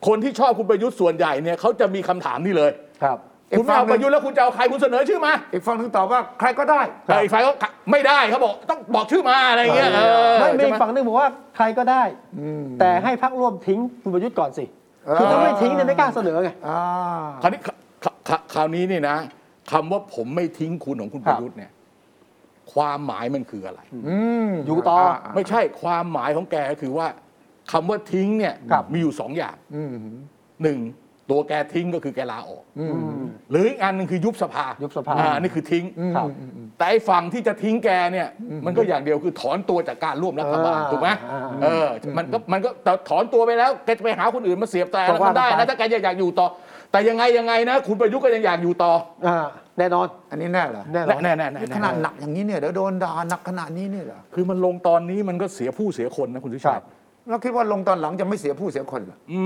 [SPEAKER 2] คนที่ชอบคุณประยุทธ์ส่วนใหญ่เนี่ยเขาจะมีคำถามนี่เลย
[SPEAKER 1] ครับ
[SPEAKER 3] อีก
[SPEAKER 2] คุณไม่เอา
[SPEAKER 3] ฝั่งหนึ่ง
[SPEAKER 2] ประยุทธ์แล้วคุณจะเอาใครคุณเสนอชื่อมา
[SPEAKER 3] อีกฝั่งหนึงตอบว่าใครก็ได้
[SPEAKER 2] เอออีกฝ่ายก็ไม่ได้เขาบอกต้องบอกชื่อมาอะไรอย่างเงี้ยเออ
[SPEAKER 1] ไม่มี
[SPEAKER 2] ใช่ห
[SPEAKER 1] ฝั่งหนึงบอกว่าใครก็ได้ แต่ให้พักร่วมทิ้งคุณประยุทธ์ก่อนสิ คือถ้าไม่ทิ้งเนี่ยไม่กล้าเสนอไง
[SPEAKER 3] อ่า
[SPEAKER 2] คราวนี้คคคคราวนี้นี่นะคำว่าผมไม่ทิ้งคุณของคุณ
[SPEAKER 1] ค
[SPEAKER 2] ป
[SPEAKER 1] รับ
[SPEAKER 2] ระยุทธ์เนี่ยความหมายมันคืออะไร
[SPEAKER 1] อยู่ต่อ
[SPEAKER 2] ไม่ใช่ความหมายของแกก็คือว่าคำว่าทิ้งเนี่ย
[SPEAKER 1] ครับ
[SPEAKER 2] มีอยู่สองอย่างหนึ่งตัวแกทิ้งก็คือแกลาออก
[SPEAKER 1] ม
[SPEAKER 2] หรืออีกอันหนึงคือยุบสภา
[SPEAKER 1] ยุบสภา
[SPEAKER 2] อ่นี่คือทิ้ง
[SPEAKER 1] ครับ
[SPEAKER 2] แต่ไอ้ฝั่งที่จะทิ้งแกเนี่ย มันก็อย่างเดียวคือถอนตัวจากการร่วมรัฐบาล
[SPEAKER 1] อ่า
[SPEAKER 2] ถูกไหม
[SPEAKER 1] อ่า
[SPEAKER 2] เออมันก็มันก็แต่ถอนตัวไปแล้วแกจะไปหาคนอื่นมาเสียบแต่
[SPEAKER 1] ก็
[SPEAKER 2] แล้ว
[SPEAKER 1] ว่า
[SPEAKER 2] มันได้
[SPEAKER 1] ไป
[SPEAKER 2] นะถ้าแกยังอยากอยู่ต่อ แต่ยังไงยังไงนะ คุณประยุทธ์ก็ยังอยากอยู่ต่อ
[SPEAKER 1] อ่าแน่นอน
[SPEAKER 3] อันนี้แน่เหรอ
[SPEAKER 1] แน่น
[SPEAKER 2] แน่
[SPEAKER 1] อน
[SPEAKER 2] แน่แน่แน่
[SPEAKER 3] นี่ขนาดหนักอย่างนี้เนี่ยเดี๋ยวโดนด่าหนักขนาดนี้เนี่ยเหรอ
[SPEAKER 2] คือมันลงตอนนี้มันก็เสียผู้เสียคนนะคุณสุชา
[SPEAKER 1] ครั
[SPEAKER 2] ติ
[SPEAKER 1] บ
[SPEAKER 3] เราคิดว่าลงตอนหลังจะไม่เสียผู้เสียคนเหรอ
[SPEAKER 2] อื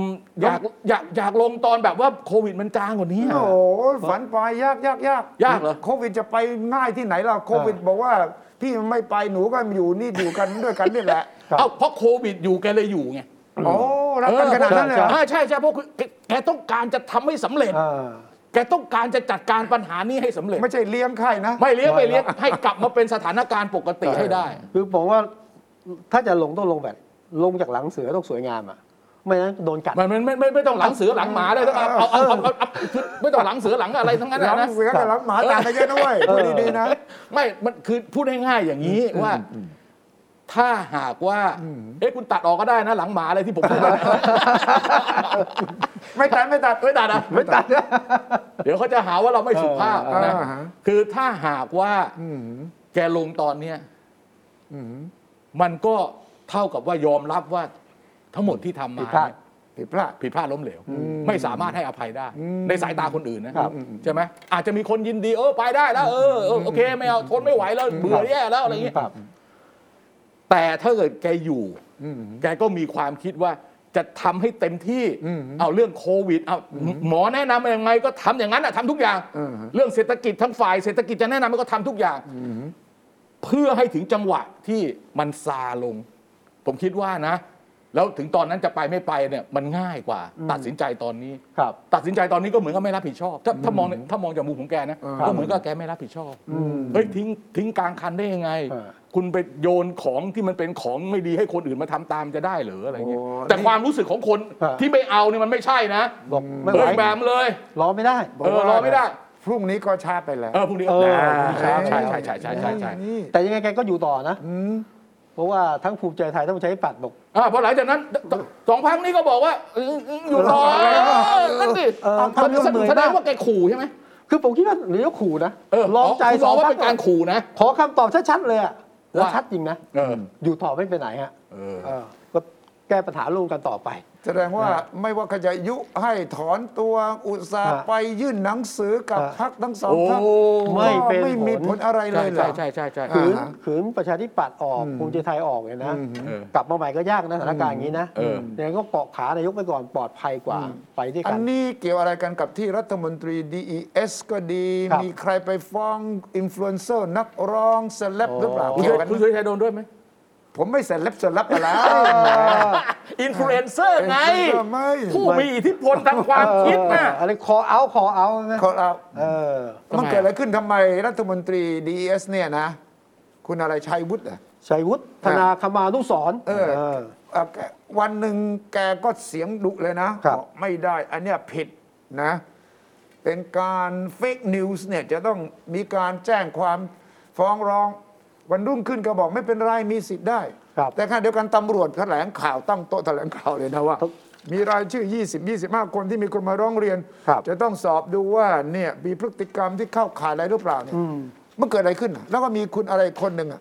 [SPEAKER 2] มอยากอยากอยากลงตอนแบบว่าโควิดมันจางกว่านี้อะ
[SPEAKER 3] โอ้โหฝันไปยากยากยาก
[SPEAKER 2] ยากเหรอ
[SPEAKER 3] โควิดจะไปง่ายที่ไหนล่ะโควิดบอกว่า พี่ไม่ไปหนูก็อยู่นี่อยู่กันด้วยกันนี่แหละ
[SPEAKER 1] ครับ
[SPEAKER 2] เอ้าเพราะโควิดอยู่แกเลยอยู่ไง
[SPEAKER 3] โอ้รักกันขนาดนั้นเลยเหรอ
[SPEAKER 2] ออใช่ใช่เพราะคือแกแกต้องการจะทำให้สำเร็จ
[SPEAKER 1] อ่า
[SPEAKER 2] แกต้องการจะจัดการปัญหานี้ให้สำเร็จ
[SPEAKER 3] ไม่ใช่เลี้ยงไข่นะ
[SPEAKER 2] ไม่เลี้ยงไม่เลี้ยงให้กลับมาเป็นสถานการณ์ปกติให้ได้
[SPEAKER 1] คือผมว่าถ้าจะลงต้องลงแบบ ลงจากหลังเสือต้องสวยงามอ่ะ ไม่นั้นโดนกัด
[SPEAKER 2] มันมันไม่ไม่ไม่ต้องหลังเสือหลังหมาเลยต้องเอาเอาเอาเอาเอาเอาไม่ต้องหลังเสือหลังอะไรทั้งนั้น
[SPEAKER 3] หลั
[SPEAKER 2] อะ
[SPEAKER 3] ง
[SPEAKER 2] นะ
[SPEAKER 3] เสือกับหลังหมาต่างกันเยอะนะเว้ยพูดดีๆนะ
[SPEAKER 2] ไม่ มันคือพูดง่ายๆอย่างนี้ว่า ถ้าหากว่า เอ๊ะคุณตัดออกก็ได้นะ หลังหมาอะไรที่ผมพูดไป นะ
[SPEAKER 3] ไม่ตัดไม่ตัด
[SPEAKER 2] ไม่ตัดนะไม่ตัดเดี๋ยวเขาจะหาว่าเราไม่สุภาพ
[SPEAKER 3] เออ
[SPEAKER 2] นะ
[SPEAKER 3] อ่าฮะ
[SPEAKER 2] คือถ้าหากว่าแกลงตอนเนี้ยมันก็เท่ากับว่ายอมรับว่าทั้งหมดที่ทำมา
[SPEAKER 1] ผิดพลาด
[SPEAKER 2] เนี่ย
[SPEAKER 3] ผิดพลาด
[SPEAKER 2] ผิดพลาดล้มเหลว ไม่สามารถให้อภัยได้ ในสายตาคนอื่นนะครับ ใช่ไหมอาจจะมีคนยินดีเออไปได้แล้วเออเออโอเค ไม่เอาทนไม่ไหวแล้วเบื่อแย่แล้วอะไรอย่างเงี้ย
[SPEAKER 1] ครับ
[SPEAKER 2] แต่ถ้าเกิดแกอยู่แกก็มีความคิดว่าจะทำให้เต็มที่เอาเรื่องโควิดเอาหมอแนะนำมายังไงก็ทำอย่างนั้นอะทำทุกอย่าง เรื่องเศรษฐกิจทั้งฝ่ายเศรษฐกิจจะแนะนำก็ทำทุกอย่างเพื่อให้ถึงจังหวะที่มันซาลง ผมคิดว่านะ แล้วถึงตอนนั้นจะไปไม่ไปเนี่ยมันง่ายกว่า ตัดสินใจตอนนี้
[SPEAKER 1] ครับ
[SPEAKER 2] ตัดสินใจตอนนี้ก็เหมือนกับไม่รับผิดชอบ ถ้าถ้ามองในถ้ามองจากมุมของแกนะ ก็เหมือนกับแกไม่รับผิดชอบเฮ้ยทิ้งทิ้งกลางคันได้ยังไง
[SPEAKER 1] เออ
[SPEAKER 2] คุณไปโยนของที่มันเป็นของไม่ดีให้คนอื่นมาทำตามจะได้เหรืออะไรเงี้ย
[SPEAKER 3] โอ้
[SPEAKER 2] แต่ความรู้สึกของคนที่ไม่เอาเนี่ยมันไม่ใช่นะ
[SPEAKER 1] บอกไม่
[SPEAKER 2] เฮ้
[SPEAKER 1] ไหวย
[SPEAKER 2] แบบเลย
[SPEAKER 1] รอไม่ได้
[SPEAKER 2] เออรอไม่ได้
[SPEAKER 3] พรุ่งนี้ก็ชาไปแล้ว
[SPEAKER 2] เออพรุ่งนี้
[SPEAKER 1] เออ
[SPEAKER 2] ใช่ใช่ใช่ใช่ใช่ใช่ใช่
[SPEAKER 3] นี่
[SPEAKER 1] แต่ยังไงแกก็อยู่ต่อนะเพราะว่าทั้งภูมิใจไทยทั้งประชาธิปัตย์บอก
[SPEAKER 2] อ่าเพราะหลังจากนั้นสองพักนี้ก็บอกว่าเอออยู่รอเออนั่นสิ
[SPEAKER 1] เออความร่วมมือ
[SPEAKER 2] แสดงว่าแกขู่ใช่ไหม
[SPEAKER 1] คือผมคิดว่าหรือยกขู่นะ
[SPEAKER 2] เออ
[SPEAKER 1] ลองใจ
[SPEAKER 2] คุณ
[SPEAKER 1] ส
[SPEAKER 2] ม
[SPEAKER 1] อ
[SPEAKER 2] อง งว่า
[SPEAKER 1] พัก
[SPEAKER 2] เป็นการขู่นะ
[SPEAKER 1] ขอคำตอบชัดๆเลยอ่ะแล้ว
[SPEAKER 2] ว่า
[SPEAKER 1] ชัดจริงนะ
[SPEAKER 2] เออ
[SPEAKER 1] อยู่ต่อไม่ไปไหนฮะ
[SPEAKER 2] เออ
[SPEAKER 1] เออก็แก้ปัญหาร่วมกันต่อไป
[SPEAKER 3] แสดงว่าไม่ว่าเขาจะยุให้ถอนตัวอุตสาห์
[SPEAKER 1] ฮะ
[SPEAKER 3] ไปยื่นหนังสือกับ
[SPEAKER 1] ฮะ
[SPEAKER 3] พักทั้งสองพัก
[SPEAKER 2] โอ้
[SPEAKER 1] ไม่เป็นผล
[SPEAKER 3] ไม่มีผลอะไรเล
[SPEAKER 2] ใช่
[SPEAKER 3] ยเหรอ
[SPEAKER 2] ใช่ใช่ใช่ใช่
[SPEAKER 3] อ่า
[SPEAKER 1] ขืน
[SPEAKER 3] ฮะ
[SPEAKER 1] ขืนประชาธิปัตย์ออกภูมิใจไทยออกเนี่ยนะ
[SPEAKER 2] เออก
[SPEAKER 1] ลับมาใหม่ก็ยากนะสถานการณ์อย่างนี้นะ
[SPEAKER 2] เออ
[SPEAKER 1] ยังไงก็เกาะขานายกไปก่อนปลอดภัยกว่าไปด้วย
[SPEAKER 3] อั
[SPEAKER 1] กัน น
[SPEAKER 3] นี้เกี่ยวอะไรกันกับที่รัฐมนตรี DES ก็ดี
[SPEAKER 1] ครับ
[SPEAKER 3] มีใครไปฟ้องอินฟลูเอนเซอร์นักร้องเซเลบหรือเปล่า
[SPEAKER 2] คุณ
[SPEAKER 3] เกี่
[SPEAKER 2] สุ
[SPEAKER 3] ยว
[SPEAKER 2] ร
[SPEAKER 3] กัน
[SPEAKER 2] คุณสุริชัยโดนด้วยไหม
[SPEAKER 3] ผมไม่เซเลบเซเลบอะไร
[SPEAKER 2] อินฟลูเอนเซอร์ไง
[SPEAKER 3] ก็ไม่
[SPEAKER 2] ผู้มีอิทธิพลทางความคิดน่ะ
[SPEAKER 1] เอออะไรคอเอาคอเอานะ
[SPEAKER 3] ขอเรา
[SPEAKER 1] เออ
[SPEAKER 2] ทำไม
[SPEAKER 3] มันเกิดอะไรขึ้นทำไมรัฐมนตรี DES เนี่ยนะ คุณอะไรชัยวุฒิเหรอ
[SPEAKER 1] ชัยวุฒิธนาคมานุสรณ์
[SPEAKER 3] เออ
[SPEAKER 1] เออ
[SPEAKER 3] เอ่อแกวันหนึ่งแกก็เสียงดุเลยนะครับ อกไม่ได้ อันเนี้ยผิดนะ เป็นการเฟกนิวส์เนี่ยจะต้องมีการแจ้งความฟ้องร้อง วันรุ่งขึ้นก็บอกไม่เป็นไรมีสิทธิ์ได้
[SPEAKER 1] ครับ
[SPEAKER 3] แต่ขณะเดียวกันตำรวจแถลงข่าวตั้งโต๊ะแถลงข่าวเลยนะว่า มีรายชื่อ 20 25 คนที่มีคนมาร้องเรียน
[SPEAKER 1] ครับ
[SPEAKER 3] จะต้องสอบดูว่าเนี่ยมีพฤติกรรมที่เข้าข่ายอะไรหรือเปล่าเนี่ย มันเกิดอะไรขึ้นน่ะแล้วก็มีคุณอะไรคนหนึ่งอะ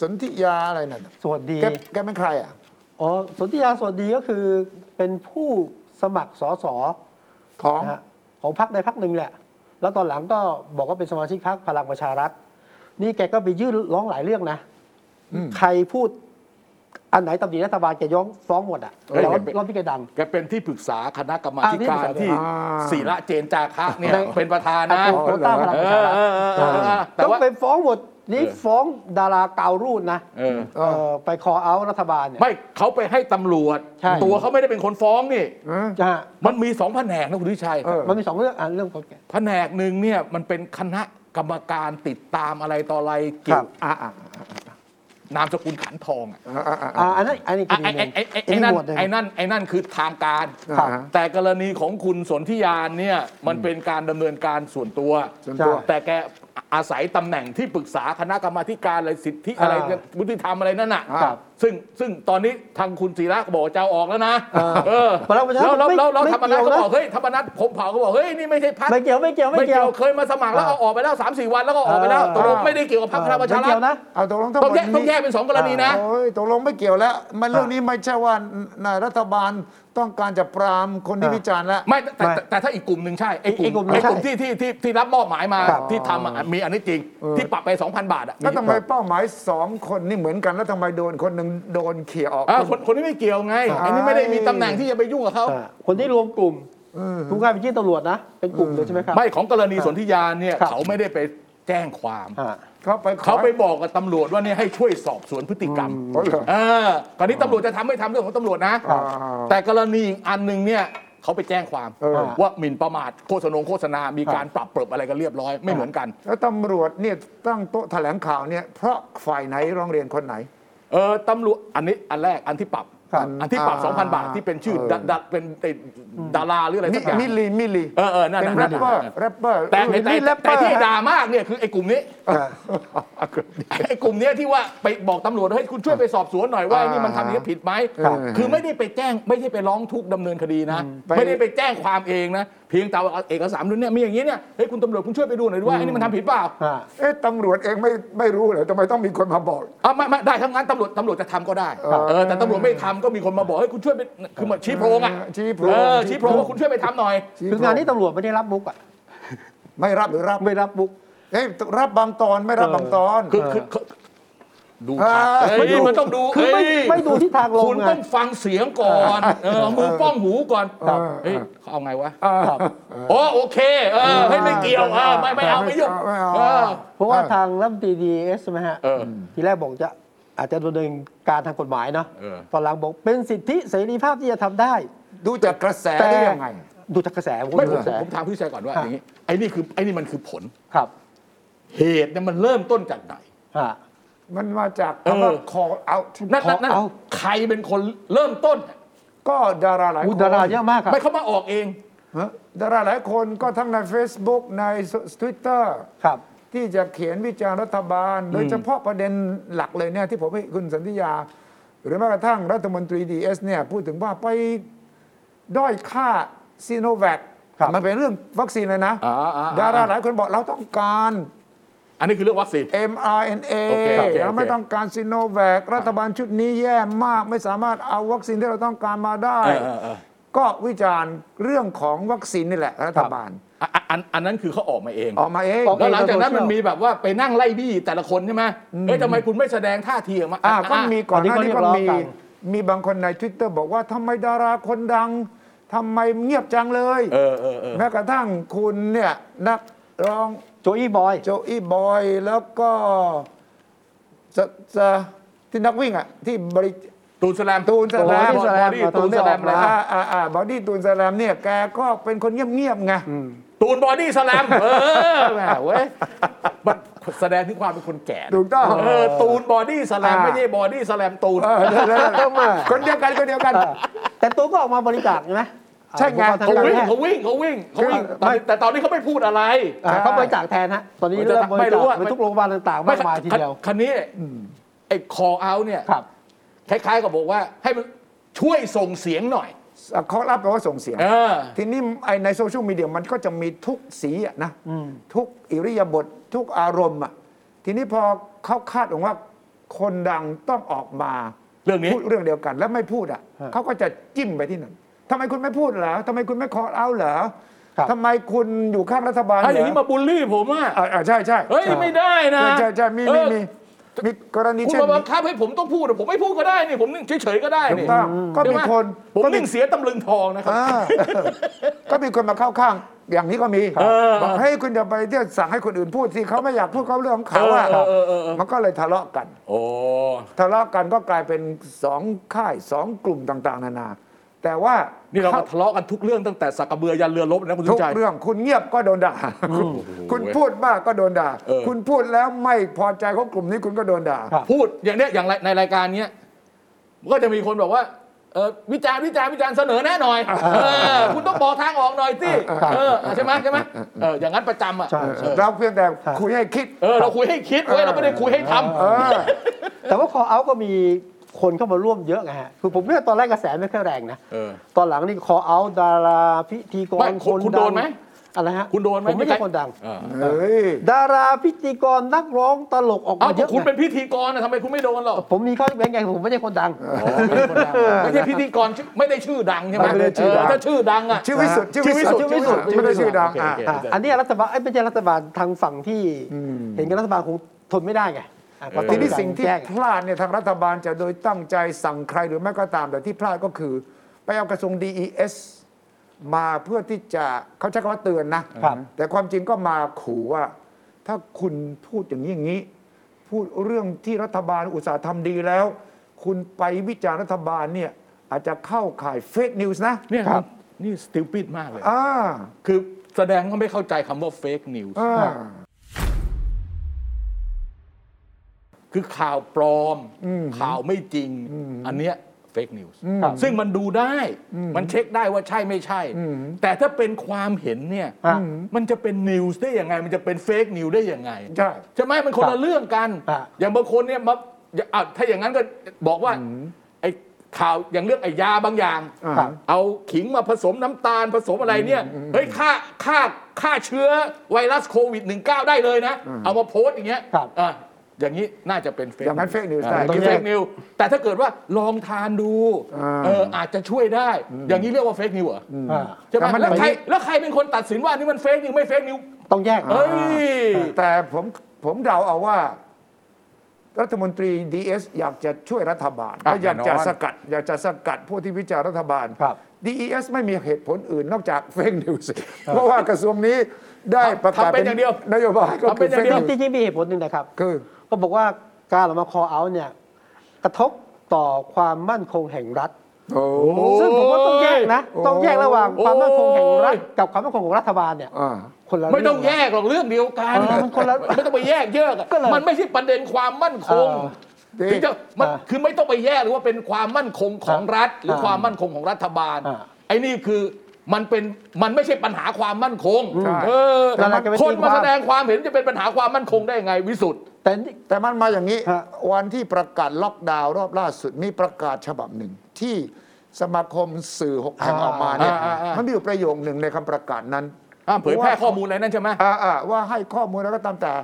[SPEAKER 3] สนธิยาอะไรนั่นน่ะ
[SPEAKER 1] สวัสดี
[SPEAKER 3] แกแกเป็นใครอ่ะ
[SPEAKER 1] อ๋อสนธิยาสวัสดีก็คือเป็นผู้สมัครสส
[SPEAKER 3] ของ
[SPEAKER 1] นะฮะของพักใดพักหนึ่งแหละ แล้วตอนหลังก็บอกว่าเป็นสมาชิกพักพลังประชารัฐ นี่แกก็ไปยื่นร้องหลายเรื่องนะ ใครพูดอันไหนตำหนิรัฐบาลแกย้องฟ้องหมดอ่ะ
[SPEAKER 2] เฮ้ย
[SPEAKER 1] แต่ว่า
[SPEAKER 2] แกเป็น
[SPEAKER 1] รอบที่แกดัง
[SPEAKER 2] แกเป็นที่ปรึกษาคณะกรรมาธิการ
[SPEAKER 1] อ่าที่
[SPEAKER 2] ที่
[SPEAKER 3] ปรึกษาอ่า
[SPEAKER 2] ศิระเจนจาคะเนี่ย
[SPEAKER 1] ได้
[SPEAKER 2] เป็นประธาน
[SPEAKER 1] อ่ะ
[SPEAKER 2] นะ
[SPEAKER 1] โควต้าพลังป
[SPEAKER 2] เอ
[SPEAKER 1] ระชา
[SPEAKER 2] อ
[SPEAKER 1] รัฐ
[SPEAKER 2] เออเออเออแต่
[SPEAKER 1] ต้อง
[SPEAKER 2] ว่า
[SPEAKER 1] ไปฟ้องหมดนี่
[SPEAKER 2] เออ
[SPEAKER 1] ฟ้องดาราเกาวรูดนะ
[SPEAKER 2] เออ
[SPEAKER 1] เอ่อไปคอเอาท์รัฐบาลเนี่ย
[SPEAKER 2] ไม่เขาไปให้ตำรวจ
[SPEAKER 1] ใช่
[SPEAKER 2] ตัวเขาไม่ได้เป็นคนฟ้องนี่
[SPEAKER 3] ฮะ
[SPEAKER 1] จะฮะ
[SPEAKER 2] มันมีสองแผนกนะคุณทิชัย
[SPEAKER 3] เออ
[SPEAKER 1] มันมีสองเรื่องอ่ะเรื่องคนแก่
[SPEAKER 2] แผนกหนึ่งเนี่ยมันเป็นคณะกรรมการติดตามอะไรต่ออะไรเกี่
[SPEAKER 1] ครั
[SPEAKER 2] ยว
[SPEAKER 1] บ
[SPEAKER 3] อ่ะอ่ะอ่ะ
[SPEAKER 2] นามสกุลขันทองอะ
[SPEAKER 3] อ่ะอ่ะอ่ะ
[SPEAKER 1] อ่ะอันนั้นอันนี้ค
[SPEAKER 2] อ่ะ
[SPEAKER 1] ดี
[SPEAKER 2] ไอ้
[SPEAKER 1] ห
[SPEAKER 2] ไอ้
[SPEAKER 1] นึ่งอี
[SPEAKER 2] ไอ้ไอ้ไอ้
[SPEAKER 1] ก
[SPEAKER 2] นั่น
[SPEAKER 1] หมวดหง
[SPEAKER 2] ไอ้นั่นไอ้นั่นคือทางการ
[SPEAKER 1] ครั
[SPEAKER 3] อ่ะ
[SPEAKER 1] บ
[SPEAKER 3] ฮะ
[SPEAKER 2] แต่กรณีของคุณสนธิยานเนี่ยมันเป็นการดำเนินการส่วนตัว
[SPEAKER 3] ส่วนตัว
[SPEAKER 2] แต่แกอาศัยตำแหน่งที่ปรึกษาคณะกรรมาธิการอะไรสิทธิอะไร
[SPEAKER 1] อ่า
[SPEAKER 2] วุฒิธรรมอะไรนั่นน่ะ
[SPEAKER 1] ครับ
[SPEAKER 2] ซึ่งซึ่งตอนนี้ทางคุณศิระก็บอกว่าจะเอาออกแล้วนะเออ
[SPEAKER 1] พลังประชารั
[SPEAKER 2] แล้ว
[SPEAKER 1] ฐ
[SPEAKER 2] แล้วแล้วแล้วธรรมนัฐก็
[SPEAKER 1] นะ
[SPEAKER 2] บอกเฮ้ยธรรมนัฐผมเผาก็บอกเฮ้ยนี่ไม่ใช่พัก
[SPEAKER 1] ไม่เกี่ยวไม่เกี่ยวไม่
[SPEAKER 2] ไม่
[SPEAKER 1] เกี่
[SPEAKER 2] เกี่
[SPEAKER 1] ย
[SPEAKER 2] ยว วเคยมาสมัครแล้ว
[SPEAKER 1] อ่า
[SPEAKER 2] เอาออกไปแล้วสามสี่วันแล้วก็ออกไปแล้วตกลงไม่ได้เกี่ยวกับพรรคพลังประชา
[SPEAKER 1] ไม่
[SPEAKER 2] รั
[SPEAKER 1] เกี่ย
[SPEAKER 2] ฐ
[SPEAKER 1] วนะ
[SPEAKER 3] เอาตกลงทั้งห
[SPEAKER 2] ต้อ
[SPEAKER 3] มด
[SPEAKER 2] งแยกต้องแย
[SPEAKER 3] นี้
[SPEAKER 2] กเป็นสองกรณีนะ
[SPEAKER 3] โอ้ยตกลงไม่เกี่ยวแล้ว มันเรื่องนี้ไม่ใช่ว่านายรัฐบาลต้องการจะปรามคนที่
[SPEAKER 1] อ่ะ
[SPEAKER 3] วิจารณ์แล้ว
[SPEAKER 2] ไม่แต่แต่
[SPEAKER 1] ไม่
[SPEAKER 2] แต่แต่ถ้าอีกกลุ่มหนึ่งใช่ไอ้กลุ่ม
[SPEAKER 1] อีกกลุ่มหนึ่ง
[SPEAKER 2] ไอ้กลุ่ม
[SPEAKER 1] ใช่
[SPEAKER 2] ที่ที่ที่ที่รับมอบหมายมา
[SPEAKER 1] ครับ
[SPEAKER 2] ที่ทำอ่ะมีอันนี้จริง
[SPEAKER 3] เออ
[SPEAKER 2] ที่ปรับไป 2,000 บาทอ่ะ
[SPEAKER 3] แล้วทำไมเป้าหมายสองคนนี่เหมือนกันแล้วทำไมโดนคนหนึ่งโดนเขี่ยออก
[SPEAKER 2] อ่าค
[SPEAKER 3] คน น
[SPEAKER 2] คนนี้ไม่เกี่ยวไง
[SPEAKER 3] ใช่
[SPEAKER 2] อันนี้ไม่ได้มีตำแหน่งที่จะไปยุ่งกับเขา
[SPEAKER 1] ะคนที่รวมกลุ่ม
[SPEAKER 3] เออ
[SPEAKER 1] ทุกข่ายไปยื่นตำรวจนะ เป็นกลุ่มเลยใช่ไหมครับ
[SPEAKER 2] ไม่ของกรณีสนธิยาเนี่ย
[SPEAKER 1] ครับ
[SPEAKER 2] เขาไม่ได้ไปแจ้งความ
[SPEAKER 1] อ่ะ
[SPEAKER 3] เขาไปขอ
[SPEAKER 2] เขาไปบอกกับตำรวจว่าเนี่ยให้ช่วยสอบสวนพฤติกรรม
[SPEAKER 3] อ๋อเหรอ
[SPEAKER 2] เออคราวนี้ตำรวจจะทำไม่ทำเรื่องของตำรวจนะ
[SPEAKER 3] อ่า
[SPEAKER 2] แต่กรณีอีกอันหนึ่งเนี่ยเขาไปแจ้งความ
[SPEAKER 3] เออ
[SPEAKER 2] ว่าหมิ่นประมาทโฆษณงโฆษณา มีการปรับเปรับอะไรกันเรียบร้อยไม่เหมือนกัน
[SPEAKER 3] แล้วตำรวจเนี่ยตั้งโต๊ะแถลงข่าวเนี่ยเพราะฝ่ายไหนร้องเรียนคนไหน
[SPEAKER 2] เออตำรวจอันนี้อันแรกอันที่ปรับ
[SPEAKER 1] ครับ
[SPEAKER 2] อันที่ปรับ
[SPEAKER 3] อ่า
[SPEAKER 2] 2,000 บาทที่เป็นชื่อ
[SPEAKER 3] เออ
[SPEAKER 2] ดะดะเป็นไอ้ดาราหรืออะไร
[SPEAKER 3] มิ
[SPEAKER 2] สักอย่าง
[SPEAKER 3] มิลลีมิลลี
[SPEAKER 2] เออเออนั่น
[SPEAKER 3] เป็น
[SPEAKER 2] น่ะ
[SPEAKER 3] แร
[SPEAKER 2] นั่น
[SPEAKER 3] ป
[SPEAKER 2] น่ะ
[SPEAKER 3] เปอร์แรปเปอร์
[SPEAKER 2] แต่
[SPEAKER 3] หรือ
[SPEAKER 2] แต่
[SPEAKER 3] นี่แรปเป
[SPEAKER 2] แต่
[SPEAKER 3] อร์
[SPEAKER 2] ที่
[SPEAKER 3] นะ
[SPEAKER 2] ด่ามากเนี่ยคือไอ้กลุ่มนี้ไอ้กลุ่มเนี้ยที่ว่าไปบอกตำรวจว่าเฮ้ยคุณช่วยไปสอบสวนหน่อยว่า
[SPEAKER 3] อ่า
[SPEAKER 2] นี่มันทำอย่างนี้ผิดไหม
[SPEAKER 3] ครับ
[SPEAKER 2] คือไม่ได้ไปแจ้งไม่ใช่ไปร้องทุกข์ดำเนินคดีนะ
[SPEAKER 3] ไป
[SPEAKER 2] ไม่ได้ไปแจ้งความเองนะ เพียงแต่ว่าเอาเอกสารนู้นเนี่ยมีอย่างนี้เนี่ยเฮ้ยคุณตำรวจคุณช่วยไปดูหน่อยดิว่าไอ้นี่มันทำผิดเปล่า
[SPEAKER 1] อ่ะ
[SPEAKER 3] เอ๊ะตำรวจเองไม่ไม่รู้เหรอทำไมต้องมีคนมาบอก
[SPEAKER 2] อ่ะไม่ไม่ได้ทั้งนั้นตำรวจตำรวจจะทำก็ได้เออแต่ตำรวจไม่ทำก็มีคนมาบอกเฮ้ยคุณช่วยไปคือมาชี้โพรงอ่ะ
[SPEAKER 3] เออชี้โพรง
[SPEAKER 2] เออชี้โพรงว่าคุณช่วยไปทำหน่อย
[SPEAKER 1] คืองานนี้ตำรวจไม่ได้รับมุกอ่ะ
[SPEAKER 3] ไม่รับหรือรับ
[SPEAKER 1] ไม่รับมุก
[SPEAKER 3] เอ้ยรับบางตอนไม่รับบางตอน
[SPEAKER 2] คือคือคือดู
[SPEAKER 3] อ่า
[SPEAKER 2] ครับเฮ้ยมันต้องดู
[SPEAKER 1] คือไม่
[SPEAKER 2] เอ้ย
[SPEAKER 1] ไม่ดูทิศทางลม
[SPEAKER 2] คุณ
[SPEAKER 1] ไง
[SPEAKER 2] ต้องฟังเสียงก่อนเออเอามือป้องหูก่อน
[SPEAKER 3] ครับ
[SPEAKER 2] เฮ้ยเขาเอาไงวะ
[SPEAKER 3] ครับ
[SPEAKER 2] โอ้โอเคเออเฮ้ยไม่เกี่ยวเออไม่ไม่เอาไม่ยุ่ง
[SPEAKER 3] ไม่เอา
[SPEAKER 2] เออ
[SPEAKER 1] เพราะว่า
[SPEAKER 3] อ่ะ
[SPEAKER 1] ทางรัฐมนตรีดีเอสใช่ไหมฮะ
[SPEAKER 2] เออ
[SPEAKER 1] ทีแรกบอกจะอาจจะดำเนินการทางกฎหมายเนาะ
[SPEAKER 2] เออ
[SPEAKER 1] ตอนหลังบอกเป็นสิทธิเสรีภาพที่จะทำได้
[SPEAKER 3] ดูจากกระแส
[SPEAKER 1] แต่
[SPEAKER 3] ได้ยังไง
[SPEAKER 1] ดูจากกระแสผม
[SPEAKER 2] ไม่
[SPEAKER 1] ดู
[SPEAKER 2] ผม
[SPEAKER 1] กระแส
[SPEAKER 2] ผมถามพี่ชายก่อนว่า
[SPEAKER 1] อ่ะ
[SPEAKER 2] อย่างนี้ไอ้นี่คือไอ้นี่มันคือผล
[SPEAKER 1] ครับ
[SPEAKER 2] เหตุเนี่ยมันเริ่มต้นจากไหน
[SPEAKER 1] ฮะ
[SPEAKER 3] มันมาจากคำว่า
[SPEAKER 2] เออ
[SPEAKER 3] call out
[SPEAKER 2] นั่นนั่นนั่น
[SPEAKER 1] เอา
[SPEAKER 2] ใครเป็นคนเริ่มต้น
[SPEAKER 3] ก็ดาราหลายค
[SPEAKER 1] อุ้ย
[SPEAKER 3] น
[SPEAKER 1] ดาราเยอะมากครับ
[SPEAKER 2] ไม่เขามาออกเอง
[SPEAKER 3] ฮะดาราหลายคนก็ทั้งใน Facebook ใน Twitter
[SPEAKER 1] ครับ
[SPEAKER 3] ที่จะเขียนวิจารณ์รัฐบาล โดยเฉพาะประเด็นหลักเลยเนี่ยที่ผมให้คุณสันติยา หรือแม้กระทั่งรัฐมนตรีดีเอสเนี่ยพูดถึงว่าไปด้อยค่าซีโนแวค
[SPEAKER 1] ครับ
[SPEAKER 3] มันเป็นเรื่องวัคซีนเลยนะ
[SPEAKER 2] อ่าอ่าอ่า
[SPEAKER 3] ดาราหลายคนบอกเราต้องการ
[SPEAKER 2] อันนี้คือเรื่องวัคซีน
[SPEAKER 3] mRNA
[SPEAKER 2] โอเคโอเค
[SPEAKER 3] เราไม่ต้องการซีโนแวครัฐบาลชุดนี้แย่มาก ไม่สามารถเอาวัคซีนที่เราต้องการมาได้
[SPEAKER 2] เออเออเออ
[SPEAKER 3] ก็วิจารณ์เรื่องของวัคซีนนี่แหละ รัฐบาล
[SPEAKER 2] อ่ะอันอันอันนั้นคือเขาออกมาเอง
[SPEAKER 3] ออกมาเอง
[SPEAKER 1] ออก
[SPEAKER 2] แล้วหลังจากนั้น
[SPEAKER 1] เออ
[SPEAKER 2] มันมีแบบว่าไปนั่งไล่บี้แต่ละคนใช่ไหมเอ้ยทำไมคุณไม่แสดงท่าทีออกมา
[SPEAKER 3] อ่า
[SPEAKER 2] ะ
[SPEAKER 3] ก็มีก่อนหน้า
[SPEAKER 1] อันนี้
[SPEAKER 3] นี้
[SPEAKER 1] ก็เรีย
[SPEAKER 3] ก็
[SPEAKER 1] กร้อง
[SPEAKER 3] มี
[SPEAKER 1] กัน
[SPEAKER 3] มีบางคนใน Twitter บอกว่าทำไมดาราคนดังทำไมเงียบจังเลย
[SPEAKER 2] เออเออเออ
[SPEAKER 3] แม้กระทั่งคุณเนี่ยนักร้อง
[SPEAKER 1] โจอี้บอย
[SPEAKER 3] โจอี้บอยแล้วก็จะจะที่นักวิ่งอ่ะ ที่บริ
[SPEAKER 2] ตูนสแลม
[SPEAKER 3] ตูนสแลม
[SPEAKER 1] บอดี้
[SPEAKER 2] บอดี้ตูนสแลมเลย
[SPEAKER 3] อ่าอ่าอ่าบอดี้ตูนสแลมเนี่ยแกก็เป็นคนเงียบๆไง
[SPEAKER 2] ตูนบอดี้สแลมเออแหมเว้ยมันแสดงถึงความเป็นคนแก่นะ
[SPEAKER 3] ถูกต้อง
[SPEAKER 2] เออตูนบอดี้สแลม
[SPEAKER 3] อ่า
[SPEAKER 2] ไม่ใช่บอดี้สแลมตูน
[SPEAKER 3] เออเดี๋ยว
[SPEAKER 1] มา
[SPEAKER 3] ๆคนเดียวกันคนเดียวกัน
[SPEAKER 1] เออแต่ตัวก็ออกมาบริจาคใช่ไหม
[SPEAKER 3] ใช่ไง
[SPEAKER 1] อ่
[SPEAKER 2] เขาวิ่ง
[SPEAKER 1] ท
[SPEAKER 2] เขาวิ่งเขาวิ่งเขาวิ่ง
[SPEAKER 3] คือ
[SPEAKER 2] ตอนนี้แต่ตอนนี้เขาไม่พูดอะไร
[SPEAKER 1] อ่าเขาบริจาคแทนฮะตอนนี้
[SPEAKER 2] ไม่
[SPEAKER 1] เริ่มบริ
[SPEAKER 2] ไม่รู้
[SPEAKER 1] จาค
[SPEAKER 2] อะ
[SPEAKER 1] ไปทุกโรงพยาบาลต่างๆมากมายทีเดียว
[SPEAKER 2] คันนี้ไอ้คอเอาเนี่ย
[SPEAKER 1] ครับ
[SPEAKER 2] คล้ายๆกับบอกว่าให้มันช่วยส่งเสียงหน่อย
[SPEAKER 3] เขารับแปลว่าส่งเสียง
[SPEAKER 2] เออ
[SPEAKER 3] ทีนี้ไอในโซเชียลมีเดียมันก็จะมีทุกสีอะนะ ทุกอิริยาบถททุกอารมณ์อะ ทีนี้พอเขาคาดหวังว่าคนดังต้องออกมา
[SPEAKER 2] เรื่องนี้
[SPEAKER 3] พูดเรื่องเดียวกันแล้วไม่พูดอ่ะ
[SPEAKER 1] ฮะ
[SPEAKER 3] เขาก็จะจิ้มไปที่นั่นทำไมคุณไม่พูดเหรอทำไมคุณไม่คอเอาเหรอ
[SPEAKER 1] ครับ
[SPEAKER 3] ทำไมคุณอยู่ข้างรัฐบาลเหร
[SPEAKER 2] ถ้า
[SPEAKER 3] อ
[SPEAKER 2] อย่างนี้มาบูลลี่ผมอ่ะ
[SPEAKER 3] อ่าอ่าใช่ใช่
[SPEAKER 2] เฮ้ยไม่ได้นะ
[SPEAKER 3] ใช่ใช่ใช่มีมีมีมีกรณี
[SPEAKER 2] คุณ
[SPEAKER 3] เช่น
[SPEAKER 2] มาบัง
[SPEAKER 3] นี้
[SPEAKER 2] คับให้ผมต้องพูดอะผมไม่พูดก็ได้นี่ผมนิ่งเฉยๆก็ได้
[SPEAKER 3] ถูก
[SPEAKER 2] นี่
[SPEAKER 3] ต้องก็
[SPEAKER 2] ใช่
[SPEAKER 3] มี
[SPEAKER 2] ไห
[SPEAKER 3] คน
[SPEAKER 2] ผม
[SPEAKER 3] ก็มี
[SPEAKER 2] นิ่งเสียตำลึงทองนะครับ
[SPEAKER 3] อ่า ก็มีคนมาเข้าข้าง อย่างนี้ก็มี
[SPEAKER 2] เออ
[SPEAKER 3] บอกให้ยคุณอย่าไปเที่ยวสั่งให้คนอื่นพูดสิเขาไม่อยากพูดเขาเรื่องของเขาอ่ะ
[SPEAKER 2] เออเออเออเออ
[SPEAKER 3] มันก็เลยทะเลาะกัน
[SPEAKER 2] โอ้
[SPEAKER 3] ทะเลาะกันก็กลายเป็นสองค่ายสองกลุ่มต่าง ๆ นานา แต่ว่า
[SPEAKER 2] นี่เราก็
[SPEAKER 3] ข
[SPEAKER 2] ทะเลาะกันทุกเรื่องตั้งแต่สักกระเบือยันเรือรบนะคุณสุ
[SPEAKER 3] ทุก
[SPEAKER 2] ชัย
[SPEAKER 3] เรื่องคุณเงียบก็โดนด่าคุณคุณพูดมากก็โดนด่า
[SPEAKER 2] เออ
[SPEAKER 3] คุณพูดแล้วไม่พอใจของกลุ่มนี้คุณก็โดนด่า
[SPEAKER 1] ครับ
[SPEAKER 2] พูดอย่างเนี้ยอย่างไรในรายการเนี้ยก็จะมีคนบอกว่าเอ่อวิจารณ์วิจารณ์วิจารณ์เสนอแน่หน่อยเออคุณต้องบอกทางออกหน่อยสิเออใช่ไหมใช่ไหมเอออย่างนั้นประจำอ่ะ
[SPEAKER 1] ใช่
[SPEAKER 2] เออ
[SPEAKER 3] เราเพียงแต่คุยให้คิด
[SPEAKER 2] เออเราคุยให้คิดไว้ยเราไม่ได้คุยให้ทำ
[SPEAKER 3] เออ
[SPEAKER 1] แต่ว่าคอเอาก็มีคนเข้ามาร่วมเยอะไงฮะคือผมเนี่ยตอนแรกกระแสไม่ค่อยแรงนะ
[SPEAKER 2] เออ
[SPEAKER 1] ตอนหลังนี่คอเอาดาราพิธีก
[SPEAKER 2] ไม่
[SPEAKER 1] ร
[SPEAKER 2] คุณคุณโดนไหม
[SPEAKER 1] อะไรฮะ
[SPEAKER 2] คุณโดนไหม
[SPEAKER 1] ผมไม่ใช่คนดัง
[SPEAKER 2] เออ
[SPEAKER 3] เฮ้ย
[SPEAKER 1] ดาราพิธีกรนักร้องตลกออก
[SPEAKER 2] เอ้า
[SPEAKER 1] มาเยอะ
[SPEAKER 2] คุณเป็น
[SPEAKER 1] นะ
[SPEAKER 2] พิธีกรนะทำไมคุณไม่โดนหรอก
[SPEAKER 1] ผมมีข้อยกเว้นไงผมไม่ใช่คนดัง
[SPEAKER 2] อ๋อไม่ใช่คนดังไม่ใช่พิธีกรชื่อไม่ได้ชื่อดังใช่ไหม
[SPEAKER 3] ไม่ได้ชื่อดัง
[SPEAKER 2] เถ้าชื่อดังอ่ะ
[SPEAKER 3] ชื่อวิสุทธิ์ชื่อวิสุทธิ์
[SPEAKER 1] ชื่อวิ
[SPEAKER 3] ชื่อวิ
[SPEAKER 1] สุ
[SPEAKER 3] สุ
[SPEAKER 1] ท
[SPEAKER 3] ท
[SPEAKER 1] ธิ์
[SPEAKER 3] ธิ์ไม่ได้ชื่อดังอ่ะ
[SPEAKER 2] โอเค
[SPEAKER 1] อ่ะอันนี้รัฐบาลเอ้ยไม่ใช่รัฐบาลทางฝั่งที่เห็นกับรัฐบาลคงทนไม่ได้ไงอ่ะก็ต้อ
[SPEAKER 3] ที
[SPEAKER 1] มี
[SPEAKER 3] นี้
[SPEAKER 1] การ
[SPEAKER 3] สิ่งที่
[SPEAKER 1] แจ้
[SPEAKER 3] พลาดเนี่ยทางรัฐบาลจะโดยตั้งใจสั่งใครหรือไม่ก็ตามแต่ที่พลาดก็คือ ไปเอากระทรวง DES มาเพื่อที่จะเขาใช้คำว่าเตือนนะ
[SPEAKER 1] ครับ
[SPEAKER 3] แต่ความจริงก็มาขู่ว่า ถ้าคุณพูดอย่างนี้อย่างนี้ พูดเรื่องที่รัฐบาลอุตสาห์ทำดีแล้ว คุณไปวิจารณ์รัฐบาลเนี่ยอาจจะเข้าข่ายเฟกนิวส์นะ
[SPEAKER 2] เนี่ยนี่สติปิดมากเลย
[SPEAKER 3] อ่า
[SPEAKER 2] คือแสดงว่าไม่เข้าใจคำว่าเฟกนิวส์
[SPEAKER 3] อ่า
[SPEAKER 2] คือข่าวปลอม ข่าวไม่จริง อันเนี้ยเฟกนิวส์ซึ่งมันดูได้ มันเช็คได้ว่าใช่ไม่ใช่ แต่ถ้าเป็นความเห็นเนี่ย
[SPEAKER 1] อ่ะ
[SPEAKER 2] มันจะเป็นนิวส์ได้ยังไง มันจะเป็นเฟกนิวส์ได้ยังไง
[SPEAKER 3] ใช่
[SPEAKER 2] ใช่ไหมมันคน
[SPEAKER 1] ครั
[SPEAKER 2] ละ
[SPEAKER 1] บ
[SPEAKER 2] เรื่องกัน
[SPEAKER 1] อ่ะ
[SPEAKER 2] อย่างบางคนเนี่ยมาอย่าอ่ะถ้าอย่างนั้นก็บอกว่าไอ้ข่าวอย่างเรื่องไอ้ยาบางอย่าง
[SPEAKER 3] อ่า
[SPEAKER 2] เอาขิงมาผสมน้ำตาลผสมอะไรเนี่ยเฮ้ยฆ่าฆ่าฆ่าเชื้อไวรัสโควิด -19 ได้เลยนะ เอามาโพสต์อย่างเงี้ย
[SPEAKER 1] ครับ
[SPEAKER 2] อ่ะอย่างนี้น่าจะเป็นเฟก
[SPEAKER 3] อย่างนั้น fake news ได้
[SPEAKER 2] อย่างนี้
[SPEAKER 3] ต้อ
[SPEAKER 2] เฟ
[SPEAKER 3] งแยก
[SPEAKER 2] กนิวแต่ถ้าเกิดว่าลองทานดู
[SPEAKER 3] อ่า
[SPEAKER 2] เอออาจจะช่วยได้ อย่างนี้เรียกว่าเฟกนิวเหรออ
[SPEAKER 1] อ่า
[SPEAKER 2] ใช่ไหม
[SPEAKER 3] แต่มัน
[SPEAKER 2] แล้วใครแล้วใครเป็นคนตัดสินว่าอันนี่มันเฟกนิวไม่เฟกนิว
[SPEAKER 1] ต้องแยก
[SPEAKER 2] เอ้ย
[SPEAKER 3] แต่ผมผมเดาเอาว่า รัฐมนตรีดีเอสอยากจะช่วยรัฐบาล
[SPEAKER 2] อ่ะ
[SPEAKER 3] และอยากจะ
[SPEAKER 2] แน่นอน
[SPEAKER 3] สกัด อยากจะสกัดผู้ที่วิจารณ์รัฐบาล
[SPEAKER 1] ครับ
[SPEAKER 3] DES ไม่มีเหตุผลอื่นนอกจากเฟกนิวส์เพราะว่ากระทรวงนี้ได้ประกาศ
[SPEAKER 2] ทำเป็นอย่างเดียวน
[SPEAKER 3] โยบายก็
[SPEAKER 2] ทำเป็
[SPEAKER 3] คือน
[SPEAKER 2] อย่า
[SPEAKER 3] เฟก
[SPEAKER 2] ง
[SPEAKER 3] นิ
[SPEAKER 2] เดียว
[SPEAKER 3] ว
[SPEAKER 1] จริงๆมีเหตุผลหนึ่งนะครับ
[SPEAKER 3] คือ
[SPEAKER 1] ก็บอกว่าการออกมาคอเอาเนี่ยกระทบต่อความมั่นคงแห่งรัฐ
[SPEAKER 3] โอ้
[SPEAKER 1] ซึ่งผมว่าต้องแยกนะ
[SPEAKER 3] โอ้
[SPEAKER 1] ต้องแยกระหว่างความมั่นคงแห่งรัฐกับความมั่นคงของรัฐบาลเนี่ย
[SPEAKER 3] อ่า
[SPEAKER 1] คนละเรื่
[SPEAKER 2] ไม่ต้องแยกหรอกเรื่องเดียวกัน
[SPEAKER 1] เออมันคนละ
[SPEAKER 2] ไม่ต้องไปแยกเยอะอะ
[SPEAKER 1] ก็เลย
[SPEAKER 2] มันไม่ใช่ประเด็นความมั่นคง
[SPEAKER 3] เออ
[SPEAKER 2] ถึงจะมัน
[SPEAKER 1] เออ
[SPEAKER 2] คือไม่ต้องไปแยกหรือว่าเป็นความมั่นคงของรัฐ หรือ
[SPEAKER 1] เออ
[SPEAKER 2] ความมั่นคงของรัฐบาล
[SPEAKER 1] เออ
[SPEAKER 2] ไอ้นี่คือมันเป็นมันไม่ใช่ปัญหาความมั่นคง
[SPEAKER 3] ใช่
[SPEAKER 2] เออ
[SPEAKER 1] แต่เราจะไป
[SPEAKER 2] คน
[SPEAKER 1] ตี
[SPEAKER 2] มา
[SPEAKER 1] คา
[SPEAKER 2] ว
[SPEAKER 1] ม
[SPEAKER 2] แสดงความเห็นจะเป็นปัญหาความมั่นคงได้ยังไงวิสุทธ์
[SPEAKER 1] แต่นี่
[SPEAKER 3] แต่มันมาอย่างนี้
[SPEAKER 1] ฮะ
[SPEAKER 3] วันที่ประกาศล็อกดาวน์รอบล่าสุดมีประกาศฉบับหนึ่ง ที่สมาคมสื่อหกแห่งออกมาเนี่ย
[SPEAKER 2] อ่าอ่าอ่ามั
[SPEAKER 3] มันมีอยู่ประโยคหนึ่งในคำประกาศนั้น
[SPEAKER 2] ห้ามเผยแพร่ข้อมูลอะไรนั่นใช่ไหม
[SPEAKER 3] อ่าอ่าว่าให้ข้อมูลแล้วก็ตามแต่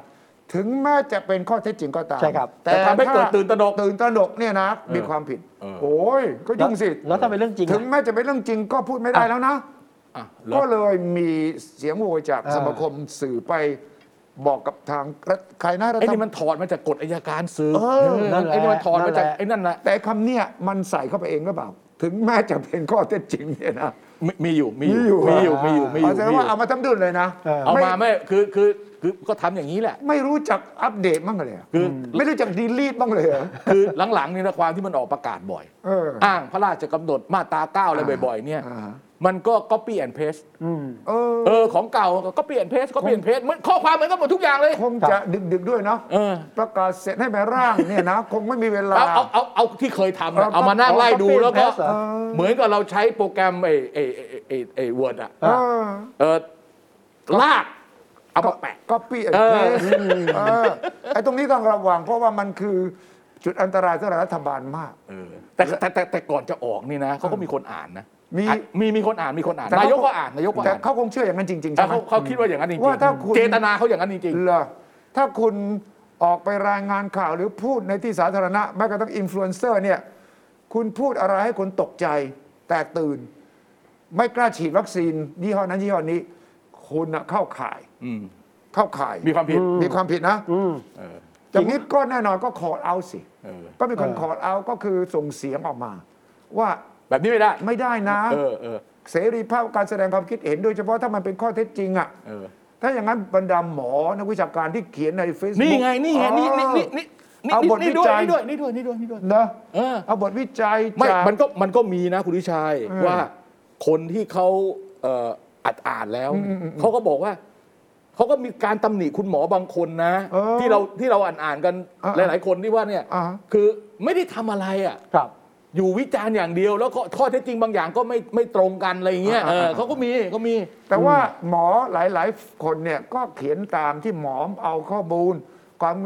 [SPEAKER 3] ถึงแม้จะเป็นข้อเท็จจริงก็ตาม
[SPEAKER 1] ใช่ครับ
[SPEAKER 2] แต่ทำให้เกิดตื่นตระหนก
[SPEAKER 3] ตื่นตระหนกเนี่ยนะ มีความผิด โอ้ยก็ยุ่งสิ
[SPEAKER 1] แล้วแล้วถ้าเป็นเรื่องจริง
[SPEAKER 3] ถึ
[SPEAKER 1] อะ
[SPEAKER 3] งแม้จะเป็นเรื่องจริงก็พูดไม่ได้แล้วนะ
[SPEAKER 2] อ่ะเหรอ
[SPEAKER 3] ก็เลยมีเสียงโวยจากสมาคมสื่อไปบอกกับทางรัฐใครนะรั
[SPEAKER 2] ไอ้
[SPEAKER 3] ฐ
[SPEAKER 2] นี่มันถอดมาจากกฎอายการซื้อ
[SPEAKER 3] เออ
[SPEAKER 2] เออไอ้นี่มันถอดมาจากไอ้นั่นนะ
[SPEAKER 3] แต่คำเนี่ยมันใส่เข้าไปเองหรือเปล่า ถึงแม้จะเป็นข้อเท็จจริงเนี่ยนะ
[SPEAKER 2] มีมีอยู่ มี
[SPEAKER 3] มีอยู่
[SPEAKER 2] มีอยู่ มีอยู่ มีอ
[SPEAKER 3] เอา
[SPEAKER 2] ยู่
[SPEAKER 3] แสดง
[SPEAKER 2] มีอยู่
[SPEAKER 3] ว่าเอามาทำดุลเลยนะ
[SPEAKER 2] เอา
[SPEAKER 3] ไม่
[SPEAKER 2] มาไม่คือคือคือก็ทำอย่างนี้แหละ
[SPEAKER 3] ไม่รู้จักอัปเดตบ้างเลยเหรอ
[SPEAKER 2] คือ
[SPEAKER 3] ไม่รู้จักดีลีทบ้างเลยเหรอ
[SPEAKER 2] คือหลังๆนี่นะความที่มันออกประกาศบ่อย
[SPEAKER 3] เออ
[SPEAKER 2] อ้างพระราชกำหนดมาตราเก้าอะไรบ่อยๆ เนี่ย
[SPEAKER 3] อ่า
[SPEAKER 2] มันก็ copy and paste
[SPEAKER 1] อืม
[SPEAKER 3] เออ
[SPEAKER 2] เออ ของเก่าก็ copy and paste copy and paste เหมือนข้อความเหมือนกันหมดทุกอย่างเลย
[SPEAKER 3] คงจะดึกดึกๆด้วยเนาะ
[SPEAKER 2] เออ
[SPEAKER 3] ประกาศเสร็จให้มาร่างเนี่ยนะ คงไม่มีเวลา
[SPEAKER 2] เอาเอาเอาเอาที่เคยทำนะ
[SPEAKER 3] เอา
[SPEAKER 2] เอามานั่งไล่ดู
[SPEAKER 1] copy and
[SPEAKER 2] แล้วก็
[SPEAKER 1] paste เหรอ
[SPEAKER 2] เหมือนกับเราใช้โปรแกรมไอ้ไอ้ไอ้ไอ้ไอ้เวิร์ดอะ
[SPEAKER 3] เออ
[SPEAKER 2] เออลากเอามาแปะ
[SPEAKER 3] ก็ปี้
[SPEAKER 2] เออ
[SPEAKER 3] เออไอ้ตรงนี้ต้องระวังเพราะว่ามันคือจุดอันตรายสำหรับรัฐบาลมาก
[SPEAKER 2] เออแต่แต่แต่แต่ก่อนจะออกนี่นะเขาก็มีคนอ่านนะ
[SPEAKER 3] มี
[SPEAKER 2] อ่ะมีมีคนอ่านมีคนอ่าน
[SPEAKER 3] แต่เข
[SPEAKER 2] นายกก็อ่านนายกก็
[SPEAKER 3] แต่
[SPEAKER 2] อ่าน
[SPEAKER 3] เขาคงเชื่ออย่างนั้นจริงๆ
[SPEAKER 2] แต่
[SPEAKER 3] ใช่ไหม
[SPEAKER 2] เขาเขาคิดว่าอย่างนั้นจริง
[SPEAKER 3] ว่าถ้าคุณ
[SPEAKER 2] ๆเจตนาเขาอย่างนั้นจริง
[SPEAKER 3] เหรอถ้าคุณ ออกไปรายงานข่าวหรือพูดในที่สาธารณะแม้กระทั่งอินฟลูเอนเซอร์เนี่ยคุณพูดอะไรให้คนตกใจ แตกตื่น ไม่กล้าฉีดวัคซีนยี่ห้อนั้นยี่ห้อนี้คุณน่ะเข้าข่าย
[SPEAKER 2] อืม
[SPEAKER 3] เข้าข่าย
[SPEAKER 2] มีความผิด
[SPEAKER 3] มีความผิดนะ
[SPEAKER 1] อืม
[SPEAKER 3] อย่างนี้ก็แน่นอนก็คอเอาสิ
[SPEAKER 2] เออ
[SPEAKER 3] ก็มีคน
[SPEAKER 1] เออ
[SPEAKER 3] คอเอาก็คือส่งเสียงออกมา ว่า
[SPEAKER 2] แบบนี้ไม่ได้
[SPEAKER 3] ไม่ได้นะ
[SPEAKER 2] เออเออ
[SPEAKER 3] เสรีภาพการแสดงความคิดเห็นโดยเฉพาะถ้ามันเป็นข้อเท็จจริงอ่ะ
[SPEAKER 2] เออ
[SPEAKER 3] ถ้าอย่างนั้นบรรดาหมอนักวิชาการที่เขียนในเฟซบุ๊ก
[SPEAKER 2] นี่ไงนี่ไงนี่นี่นี่นี่นี่
[SPEAKER 3] เอาบท
[SPEAKER 2] นี่ด้วย
[SPEAKER 3] วิจารณ์
[SPEAKER 2] นี่ด้วยนี่ด้วยนี่ด้วยนี่ด้วย
[SPEAKER 3] เนอะ
[SPEAKER 2] เออ
[SPEAKER 3] เอาบทวิจัย
[SPEAKER 2] ไม่
[SPEAKER 3] จาก
[SPEAKER 2] มันก็มันก็มีนะคุณวิชัย
[SPEAKER 3] เออ
[SPEAKER 2] ว่าคนที่เขาเอ่ออัดอ่านแล้วเนี่
[SPEAKER 3] อื
[SPEAKER 2] ย
[SPEAKER 3] มอืมอืม
[SPEAKER 2] เขาก็บอกว่าเขาก็มีการตำหนิคุณหมอบางคนนะ
[SPEAKER 3] เออ
[SPEAKER 2] ที่เราที่เราอ่านอ่านกัน
[SPEAKER 3] อ่า
[SPEAKER 2] หลาย ๆ คนที่ว่าเนี่ย
[SPEAKER 3] อ่าฮะ
[SPEAKER 2] คือไม่ได้ทำอะไรอ่ะ
[SPEAKER 1] ครับ
[SPEAKER 2] อยู่วิจารณ์อย่างเดียว แล้วก็ข้อเท็จจริงบางอย่างก็ไม่ไม่ตรงกันอะไรอย่างเงี้ยเออเขาก็มีเขามี
[SPEAKER 3] แต่ว่าหมอหลาย ๆ คนเนี่ยก็เขียนตามที่หมอเอาข้อมูล ความ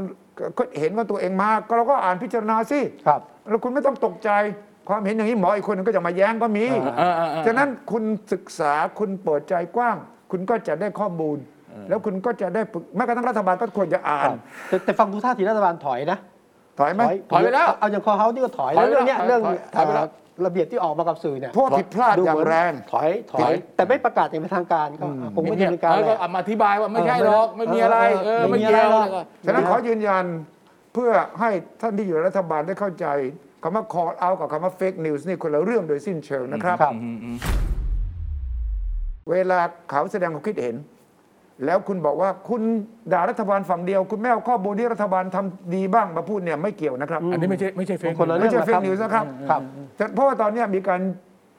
[SPEAKER 3] ก็เห็นว่าตัวเองมาก็เราก็อ่านพิจารณาสิ
[SPEAKER 1] ครับ
[SPEAKER 3] แล้วคุณไม่ต้องตกใจความเห็นอย่างนี้หมออีกคนหนึงก็จะมาแย้งก็มี
[SPEAKER 2] อ่าอ่าอ่า
[SPEAKER 3] ฉะนั้นคุณศึกษาคุณเปิดใจกว้าง คุณก็จะได้ข้อมูล แล้วคุณก็จะได้ปรึกแม้กระทั่งรัฐบาลก็ควรจะอ่าน
[SPEAKER 1] แต่แต่ฟังดูท่าทีรัฐบาลถอยนะ
[SPEAKER 3] ถอยไหม
[SPEAKER 2] ถอยไปแล้ว
[SPEAKER 1] เาเอาอย่างคอเฮานี่ก็ถอย
[SPEAKER 2] ถอ
[SPEAKER 1] แล้
[SPEAKER 2] ยว ไป
[SPEAKER 1] เรื่อง
[SPEAKER 2] แล้ว
[SPEAKER 1] เนี้ยเรื่อง
[SPEAKER 3] ถอย
[SPEAKER 1] เอ่
[SPEAKER 3] ถอยไปแล้
[SPEAKER 1] อ
[SPEAKER 3] ว
[SPEAKER 1] ระเบียบที่ออกมากับสื่อเนี่ย
[SPEAKER 3] เพราะว่าผิดพลาดอย่างแรง
[SPEAKER 1] ถอยถ
[SPEAKER 2] ถ
[SPEAKER 1] อ
[SPEAKER 2] อย ย
[SPEAKER 1] แต่ไม่ประกาศอย่างเป็นทางการก็ผมก็จะเป็นการ
[SPEAKER 2] เออ
[SPEAKER 1] แห
[SPEAKER 2] ก็
[SPEAKER 1] ละ
[SPEAKER 2] เอามาอธิบายว่าไม่ใช่หรอกไม่มีอะไรเออไม่เกี่ยว
[SPEAKER 1] หรอ
[SPEAKER 2] อะไรก็
[SPEAKER 3] ฉะนั้นขอยืนยันเพื่อให้ท่านที่อยู่ในรัฐบาลได้เข้าใจคำว่า call out กับคำว่า fake news นี่คนละเรื่องโดยสิ้นเชิงนะครับ
[SPEAKER 1] ครับ
[SPEAKER 3] เวลาเขาแสดงความคิดเห็น แล้วคุณบอกว่าคุณด่ารัฐบาลฝั่งเดียว คุณไม่เอาข้อมูลที่รัฐบาลทำดีบ้างมาพูดเนี่ยไม่เกี่ยวนะครับ
[SPEAKER 2] อันนี้ไม่ใช่ไม่ใช่เฟ
[SPEAKER 1] มัน
[SPEAKER 2] ซ
[SPEAKER 1] คนละ
[SPEAKER 3] ไม่
[SPEAKER 1] เรื่อง
[SPEAKER 3] ใช่
[SPEAKER 1] นะ
[SPEAKER 3] fake news นะครับ
[SPEAKER 1] ครับ
[SPEAKER 3] แต่เพราะว่าตอนเนี้ยมีการ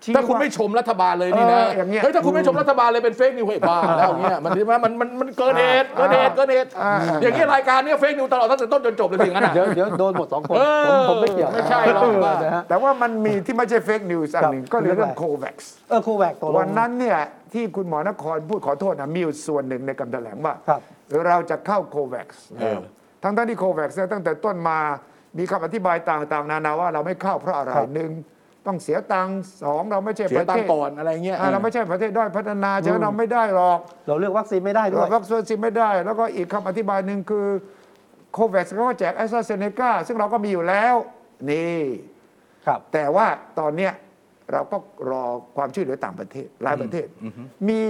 [SPEAKER 3] ชี้
[SPEAKER 2] ถ้าคุณ
[SPEAKER 3] ว่า
[SPEAKER 2] ไม่ชมรัฐบาลเลยนี่นะ
[SPEAKER 3] เอออย่างเงี้ย
[SPEAKER 2] เฮ้ยถ้าคุณไม่ชมรัฐบาลเลยเป็นเฟกนิวเฮ้ยบ้าแล้วอย่างเงี้ยมันใช่ไหมมันมันมันเกินเหตุเกินเหตุเกินเหตุอย่างเงี้ยรายการเนี้ยเฟกนิวตลอดตั้งแต่ต้นจนจบเลยถึงนั้นอ่ะ
[SPEAKER 1] เดี๋ยวเดี๋ยวโดนหมดสองคน
[SPEAKER 2] เออ
[SPEAKER 1] ผมผมไม่เกี่ยว
[SPEAKER 2] ไม่ใช่หรอก
[SPEAKER 1] เนะฮะ
[SPEAKER 3] แต่ว่ามันมีที่ไม่ใช่ fake news อันหนึ่ง
[SPEAKER 1] ครับ
[SPEAKER 3] ก็คือเรื่อง COVAX
[SPEAKER 1] เออครูแหวกตัวลง
[SPEAKER 3] วันนั้นเนี่ยที่คุณหมอนครพูดขอโทษนะมีอยู่ส่วนหนึ่งในคำแถลงว่า
[SPEAKER 1] ครับ
[SPEAKER 3] เราจะเข้าโควัคทั้งๆที่โควัคเนี่ยตั้งแต่ต้นมามีคำอธิบายต่างๆ นานาว่าเราไม่เข้าเพราะอะไรหนึ่งต้องเสียตังค์สองเราไม่ใช่
[SPEAKER 2] เสี
[SPEAKER 3] ป
[SPEAKER 2] ย
[SPEAKER 3] ระ
[SPEAKER 2] ตัง
[SPEAKER 3] เท
[SPEAKER 2] ค์
[SPEAKER 3] ศ
[SPEAKER 2] ก่อนอะไรเงี้ย
[SPEAKER 3] อ่าเราไม่ใช่ประเทศด้อยพัฒนาฉะนั้นเราไม่ได้หรอก
[SPEAKER 1] เราเลือกวัคซีนไม่ได้ด้ว
[SPEAKER 3] เรา
[SPEAKER 1] ย
[SPEAKER 3] วัคซีนไม่ได้ แล้วก็อีกคำอธิบายหนึ่งคือโควัคก็แจกแอสตราเซเนกาซึ่งเราก็มีอยู่แล้วนี่
[SPEAKER 1] ครับ
[SPEAKER 3] แต่ว่าตอนเนี้ยเราก็รอความช่วยเหลือต่างประเทศหลายประเทศ มี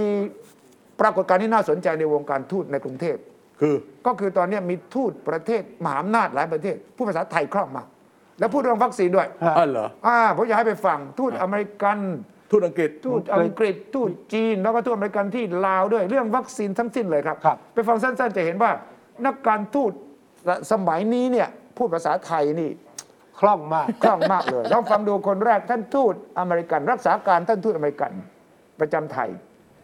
[SPEAKER 3] ปรากฏการณ์ที่น่าสนใจในวงการทูตในกรุงเทพ
[SPEAKER 2] คือ
[SPEAKER 3] ก็คือตอนเนี้ยมีทูตประเทศมหาอำนาจหลายประเทศ ผู้ภาษาไทยคล่องมากแล้วพูดเรื่องวัคซีนด้วย
[SPEAKER 1] ครับ
[SPEAKER 2] อ๋อเหรอ
[SPEAKER 3] อ่าผมอยากให้ไปฟังทูตอเมริกัน
[SPEAKER 2] ทูตอังกฤษ
[SPEAKER 3] ทูตอังกฤษทูตจีน แล้วก็ทูตอเมริกันที่ลาวด้วย เรื่องวัคซีนทั้งสิ้นเลยครับ
[SPEAKER 1] ครับ
[SPEAKER 3] ไปฟังสั้นๆจะเห็นว่านักการทูตสมัยนี้เนี่ยพูดภาษาไทยนี่
[SPEAKER 1] คล่องมาก
[SPEAKER 3] คล่องมากเลยลองฟังดูคนแรกท่านทูตอเมริกัน รักษาการท่านทูตอเมริกัน ประจำไทย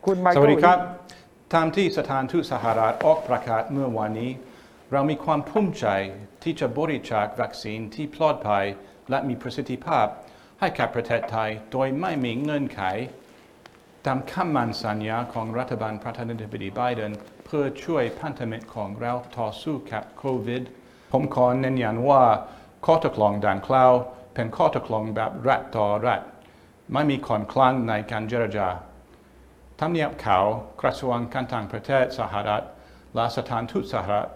[SPEAKER 3] คุณไม
[SPEAKER 5] ส
[SPEAKER 3] เคิล
[SPEAKER 5] วัสดีครับตามที่สถานทูตสหรัฐออกประกาศเมื่อวานนี้ เรามีความภูมิใจที่จะบริจาควัคซีนที่ปลอดภัยและมีประสิทธิภาพ ให้กับประเทศไทยโดยไม่มีเงื่อนไข ตามคำมั่นสัญญาของรัฐบาลประธานาธิบดีไบเดนเพื่อช่วยพันธมิตรของเราต่อสู้กับโควิด ผมขอเน้นย้ำว่าข้อตกลงดังกล่าวเป็นข้อตกลงแบบรัฐต่อรัฐ ไม่มีคนคลังในการเจรจา ทำเนียบขาวกระทรวงการต่างประเทศสหรัฐและสถานทูตสหรัฐ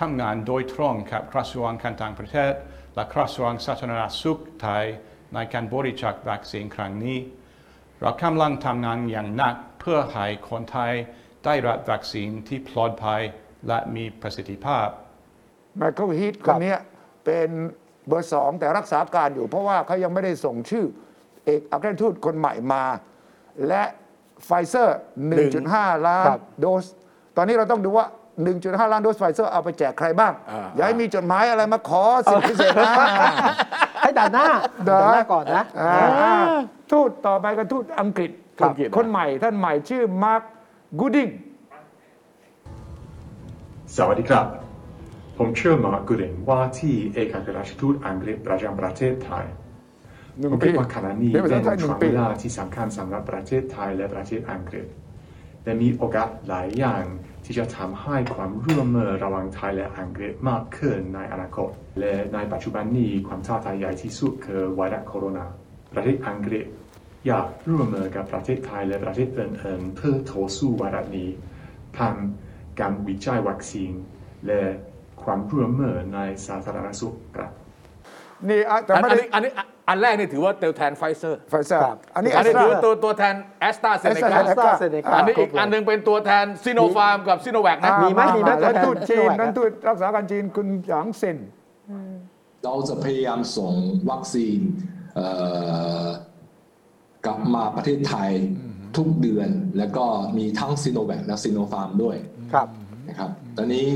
[SPEAKER 5] ทำงานโดยตรงกับกระทรวงการต่างประเทศ และกระทรวงสาธารณสุขไทยในการบริจาควัคซีนครั้งนี้ เรากำลังทำงานอย่างหนักเพื่อให้คนไทยได้รับวัคซีนที่ปลอดภัยและมีประสิทธิภาพ
[SPEAKER 3] ไมเคิลฮีทคนเนี้ยเป็นเบอร์สองแต่รักษาการอยู่ เพราะว่าเขายังไม่ได้ส่งชื่อ เอกอัครราชทูตคนใหม่มา และไฟเซอร์ 1.5 ล้าน
[SPEAKER 1] ครับ
[SPEAKER 3] โดส ตอนนี้เราต้องดูว่า 1.5 ล้านโดสไฟเซอร์เอาไปแจกใครบ้าง อย่าให้มีจดหมายอะไรมาขอสิทธิพิเศษนะ
[SPEAKER 1] ให้ด่านหน้า
[SPEAKER 3] ด่าน
[SPEAKER 1] ด่านหน้าก่อนนะ
[SPEAKER 3] อ่าทูตต่อไปก็ทูตอังกฤษ
[SPEAKER 1] ครับ
[SPEAKER 3] คนใหม่ท่านใหม่ชื่อมาร์คกูดิง
[SPEAKER 6] สวัสดีครับ ผมชื่อมาร์คกุดิงว่าที่เอกอัครราชทูตอังกฤษประจำประเทศไทย ผมคิดว่าขณะนี้
[SPEAKER 3] เรียก
[SPEAKER 6] เป็
[SPEAKER 3] ภานษาไทยหนึ่
[SPEAKER 6] ช่
[SPEAKER 3] ง
[SPEAKER 6] วง
[SPEAKER 3] ปี
[SPEAKER 6] เวลาที่สำคัญสำหรับประเทศไทยและประเทศอังกฤษ และมีโอกาสหลายอย่างที่จะทำให้ความร่วมมือระหว่างไทยและอังกฤษมากขึ้นในอนาคต และในปัจจุบันนี้ความท้าทายใหญ่ที่สุดคือไวรัสโคโรนา ประเทศอังกฤษ อยากร่วมมือกับประเทศไทยและประเทศอื่นๆเพื่อต่อสู้ไวรัสนี้ผ่านการวิจัยวัคซีนและ ความร่วมมือในสาธารณสุขครับ
[SPEAKER 3] นี่อ่ะแต่
[SPEAKER 2] อัน
[SPEAKER 3] ไม่ได้
[SPEAKER 2] อันนี้อันนี้อันแรกนี่ถือว่าเตวแทนไฟเซอร์
[SPEAKER 3] ไฟเซอร์
[SPEAKER 1] ครับ
[SPEAKER 3] อันนี้
[SPEAKER 2] อันนี้
[SPEAKER 3] แสต
[SPEAKER 2] ถือ
[SPEAKER 3] รา
[SPEAKER 2] ว่าตัวตัวแทนแอสตราเซเนกา
[SPEAKER 3] AstraZeneca
[SPEAKER 1] อ่า
[SPEAKER 2] อันนี้อีก
[SPEAKER 1] ครบเลย
[SPEAKER 2] อันหนึงเป็นตัวแทนซิโนฟาร์มกับซิโนแวคนะ
[SPEAKER 1] มีไหมมีไหม
[SPEAKER 3] ท่าน
[SPEAKER 1] ตัวแทน
[SPEAKER 3] ทูตจีน
[SPEAKER 1] ตัวแทน
[SPEAKER 3] ท่านทูตรักษาการจีนคุณหยางเซิน
[SPEAKER 7] เราจะพยายามส่งวัคซีนเอ่อกลับมาประเทศไทยทุกเดือน แล้วก็มีทั้งซีโนแวคและซีโนฟาร์มด้วย
[SPEAKER 1] ครับ
[SPEAKER 7] นะครับ ตอนนี้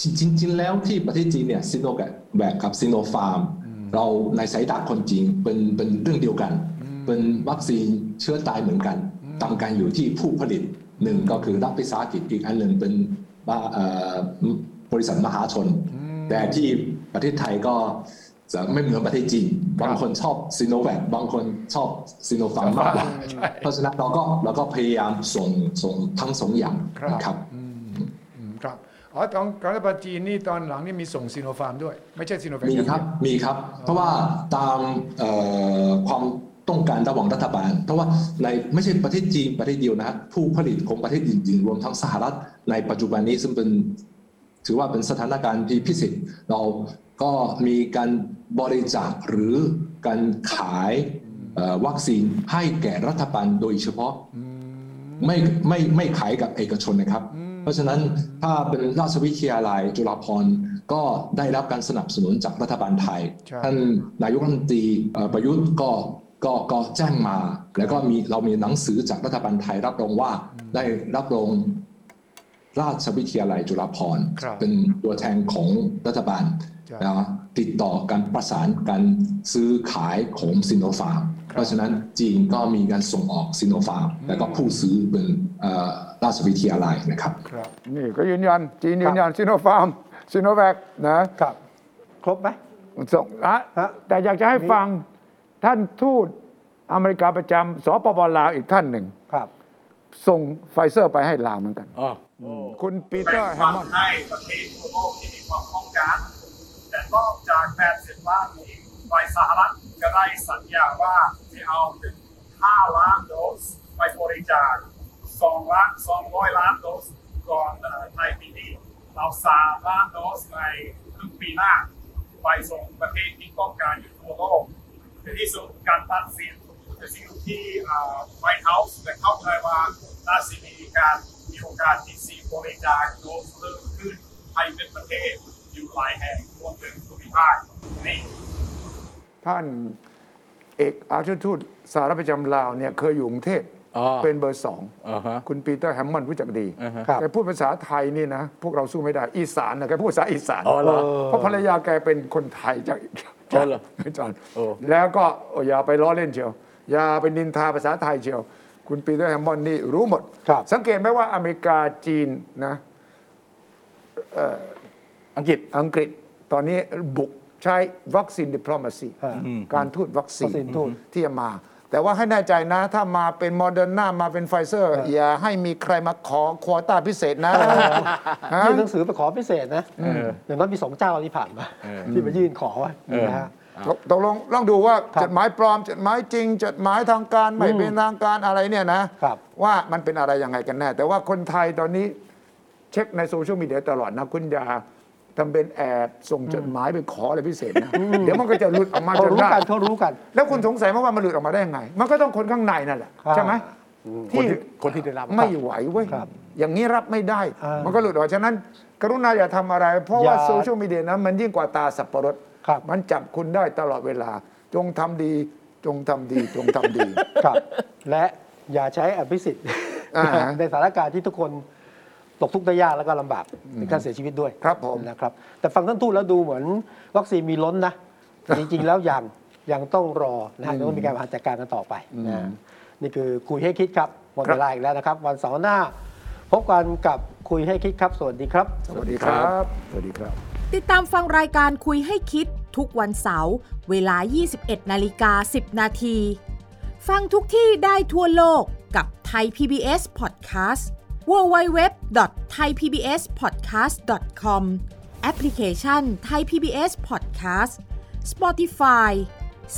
[SPEAKER 7] จริงจริงๆแล้วที่ประเทศจีนเนี่ยซีโนแวคกับซีโนฟาร์มเราในสายตาคนจีนเป็นเป็นเรื่องเดียวกัน เป็นวัคซีนเชื้อตายเหมือนกันต่างกันอยู่ที่ผู้ผลิตหนึ่งก็คือรัฐวิสาหกิจอีกอันหนึ่งเป็นบ้าเอ่อบริษัทมหาชน แต่ที่ประเทศไทยก็จะไม่เหมือนประเทศจีน บางคนชอบซีโนแวคบางคนชอบซีโนฟาร์มมากกว่าเพราะฉะนั้นเราก็เราก็พยายามส่งส่งทั้งสองอย่าง
[SPEAKER 3] ครับ
[SPEAKER 7] นะครับ
[SPEAKER 3] อืมครับอ๋อของรัฐบาลจีนนี่ตอนหลังนี่มีส่งซีโนฟาร์มด้วย ไม่ใช่ซีโนแวค
[SPEAKER 7] มีครับ มีครับ เพราะว่าตามเอ่อความต้องการระหว่างรัฐบาล เพราะว่าในไม่ใช่ประเทศจีนประเทศเดียวนะผู้ผลิตของประเทศอื่นๆรวมทั้งสหรัฐในปัจจุบันนี้ซึ่งเป็นถือว่าเป็นสถานการณ์ที่พิเศษเราก็มีการบริจาคหรือการขายเอ่อวัคซีนให้แก่รัฐบาลโดยเฉพาะ ไม่ไม่ไม่ขายกับเอกชนนะครับ เพราะฉะนั้นถ้าเป็นราชวิทยาลัยจุฬาภรณ์ก็ได้รับการสนับสนุนจากรัฐบาลไทย
[SPEAKER 3] ใช่
[SPEAKER 7] ท่านนายกรัฐมนตรีเอ่อประยุทธ์ก็ก็ก็แจ้งมา แล้วก็มีเรามีหนังสือจากรัฐบาลไทยรับรองว่าได้รับรองราชวิทยาลัยจุฬาภรณ์
[SPEAKER 3] ครับ
[SPEAKER 7] เป็นตัวแทนของรัฐบาล
[SPEAKER 3] ใช่
[SPEAKER 7] นะติดต่อการประสานการซื้อขายของซิโนฟาร์ม เพราะฉะนั้นจีนก็มีการส่งออกซิโนฟาร์ม แล้วก็ผู้ซื้อเป็นเอ่อราชวิทยาลัยนะครับ
[SPEAKER 3] ครับนี่ก็ยืนยันจีนยืนยันซีโนฟาร์มซีโนแวคนะ
[SPEAKER 1] ครับ ครบไหม
[SPEAKER 3] ส่งนะ
[SPEAKER 1] ฮะ
[SPEAKER 3] แต่อยากจะให้ฟังท่านทูตอเมริกาประจำสปปลาวอีกท่านหนึ่ง
[SPEAKER 1] ครับ
[SPEAKER 3] ส่งไฟเซอร์ไปให้ลาวเหมือนกัน
[SPEAKER 2] อ๋อ
[SPEAKER 3] คุณปีเตอร์แฮมมอนด์
[SPEAKER 8] ให้ประเทศทั่วโลกที่มีความต้องการ แต่นอกจาก80ล้านนี้ฝ่ายสหรัฐจะได้สัญญาว่าจะเอาถึง5ล้านโดสไปบริจาค2ล้าน200 ล้านโดสก่อนเอ่อไทยปีนี้เรา3ล้านโดสในครึ่งปีหน้า ไปส่งประเทศที่ต้องการอยู่ทั่วโลกในที่สุดการตัดสินจะสิ่งที่ไวท์เฮาส์และเข้าใจว่าน่าจะมีการมีโอกาสที่สีบริจาคโดสเพิ่มขึ้นไทยเป็นประเทศอยู่หลายแห่งรวมถึงภูมิภาคนี่
[SPEAKER 3] ท่านเอกอาชทูตสหรัฐประจำลาวเนี่ยเคยอยู่กรุงเทพ
[SPEAKER 2] อ๋อ
[SPEAKER 3] เป็นเบอร์สอง
[SPEAKER 2] อ่าฮะ
[SPEAKER 3] คุณปีเตอร์แฮมมอนด์รู้จักดี
[SPEAKER 2] อ่าฮะ
[SPEAKER 1] ครับ
[SPEAKER 3] แกพูดภาษาไทยนี่นะ พวกเราสู้ไม่ได้ อีสานนะแกพูดภาษาอีสาน
[SPEAKER 2] อ๋อเหรอ
[SPEAKER 3] เพราะภรรยาแกเป็นคนไทยจาก
[SPEAKER 2] อ๋อเหรอ
[SPEAKER 3] จากจอน
[SPEAKER 2] โอ้
[SPEAKER 3] แล้วก็โอ้อย่าไปล้อเล่นเชียว อย่าไปนินทาภาษาไทยเชียว คุณปีเตอร์แฮมมอนด์นี่รู้หมด
[SPEAKER 1] ครับ
[SPEAKER 3] สังเกตไหมว่าอเมริกาจีนนะ
[SPEAKER 2] อังกฤษ
[SPEAKER 3] อังกฤษตอนนี้บุกใช้วัคซีนดิปลอมาซี
[SPEAKER 1] ฮะ
[SPEAKER 3] การทูตวัคซี
[SPEAKER 1] วัคซีนทูต
[SPEAKER 3] ที่จะมา แต่ว่าให้แน่ใจนะ ถ้ามาเป็นโมเดอร์นามาเป็นไฟเซอร์ อย่าให้มีใครมาขอควอต้าพิเศษนะฮะ
[SPEAKER 1] ยื่นหนังสือไปขอพิเศษนะอย่างน้อยมีสองเจ้าที่ผ่านมา ที่มายื่นขอไว้นะฮะ
[SPEAKER 3] ตกตกลงลองดูว่า
[SPEAKER 1] ครับ
[SPEAKER 3] จดหมายปลอมจดหมายจริงจดหมายทางการไม่เป็นทางการอะไรเนี่ยนะครับ ว่ามันเป็นอะไรยังไงกันแน่ แต่ว่าคนไทยตอนนี้เช็คในโซเชียลมีเดียตลอดนะ คุณอย่าทำเป็นแอบส่งจดหมายไปขออะไรพิเศษนะเดี๋ยวมันก็จะหลุดออกมา
[SPEAKER 1] เขา
[SPEAKER 3] จน
[SPEAKER 1] รู้
[SPEAKER 3] ได้
[SPEAKER 1] กันเขารู้กัน
[SPEAKER 3] แล้วคุณสงสัยไหมว่ามันหลุดออกมาได้ยังไง มันก็ต้องคนข้างในนั่นแหละ
[SPEAKER 1] ครับ
[SPEAKER 3] ใช่ไหม
[SPEAKER 2] คนที่คนที่ได้รับ
[SPEAKER 3] ไม่ไหวเว้ย
[SPEAKER 1] ครับ
[SPEAKER 3] อย่างนี้รับไม่ได้
[SPEAKER 1] อ่ามั
[SPEAKER 3] มันก็หลุดออกฉะนั้น กรุณาอย่าทำอะไร เพราะว่า
[SPEAKER 1] อย่า
[SPEAKER 3] โซเชียลมีเดียนั้นมันยิ่งกว่าตาสับปะรด
[SPEAKER 1] ครับ
[SPEAKER 3] มันจับคุณได้ตลอดเวลา จงทำดี จงทำดี จงทำดี
[SPEAKER 1] ครับ และอย่าใช้อภิสิทธิ์
[SPEAKER 3] อ่าฮะ
[SPEAKER 1] ในสถานการณ์ที่ทุกคนตกทุกข์ได้ยากแล้วก็ลำบากถึงการเสียชีวิตด้วย
[SPEAKER 3] ครับผม
[SPEAKER 1] นะครับ แต่ฟังท่านทูตแล้วดูเหมือนวัคซีนมีล้น นะ จริง ๆ แล้วยังยังต้องรอนะฮะต้องมีการบริหารจัดการกันต่อไปนะนี่คือคุยให้คิดครับหมด
[SPEAKER 3] ครับ
[SPEAKER 1] เวลาอีกแล้วนะครับ วันเสาร์หน้า พบกันกับคุยให้คิดครับ สวัสดีครับ
[SPEAKER 3] สวัสดีครับ สวัสดีครับ
[SPEAKER 9] ติดตามฟังรายการคุยให้คิดทุกวันเสาร์เวลา 21 นาฬิกา 10 นาที ฟังทุกที่ได้ทั่วโลกกับไทย PBS Podcast www.thaipbspodcast.com แอปพลิเคชัน Thai PBS Podcast Spotify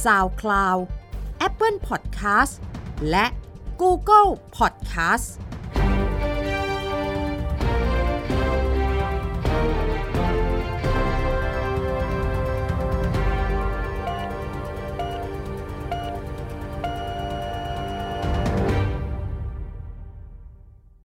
[SPEAKER 9] SoundCloud Apple Podcast และ Google Podcast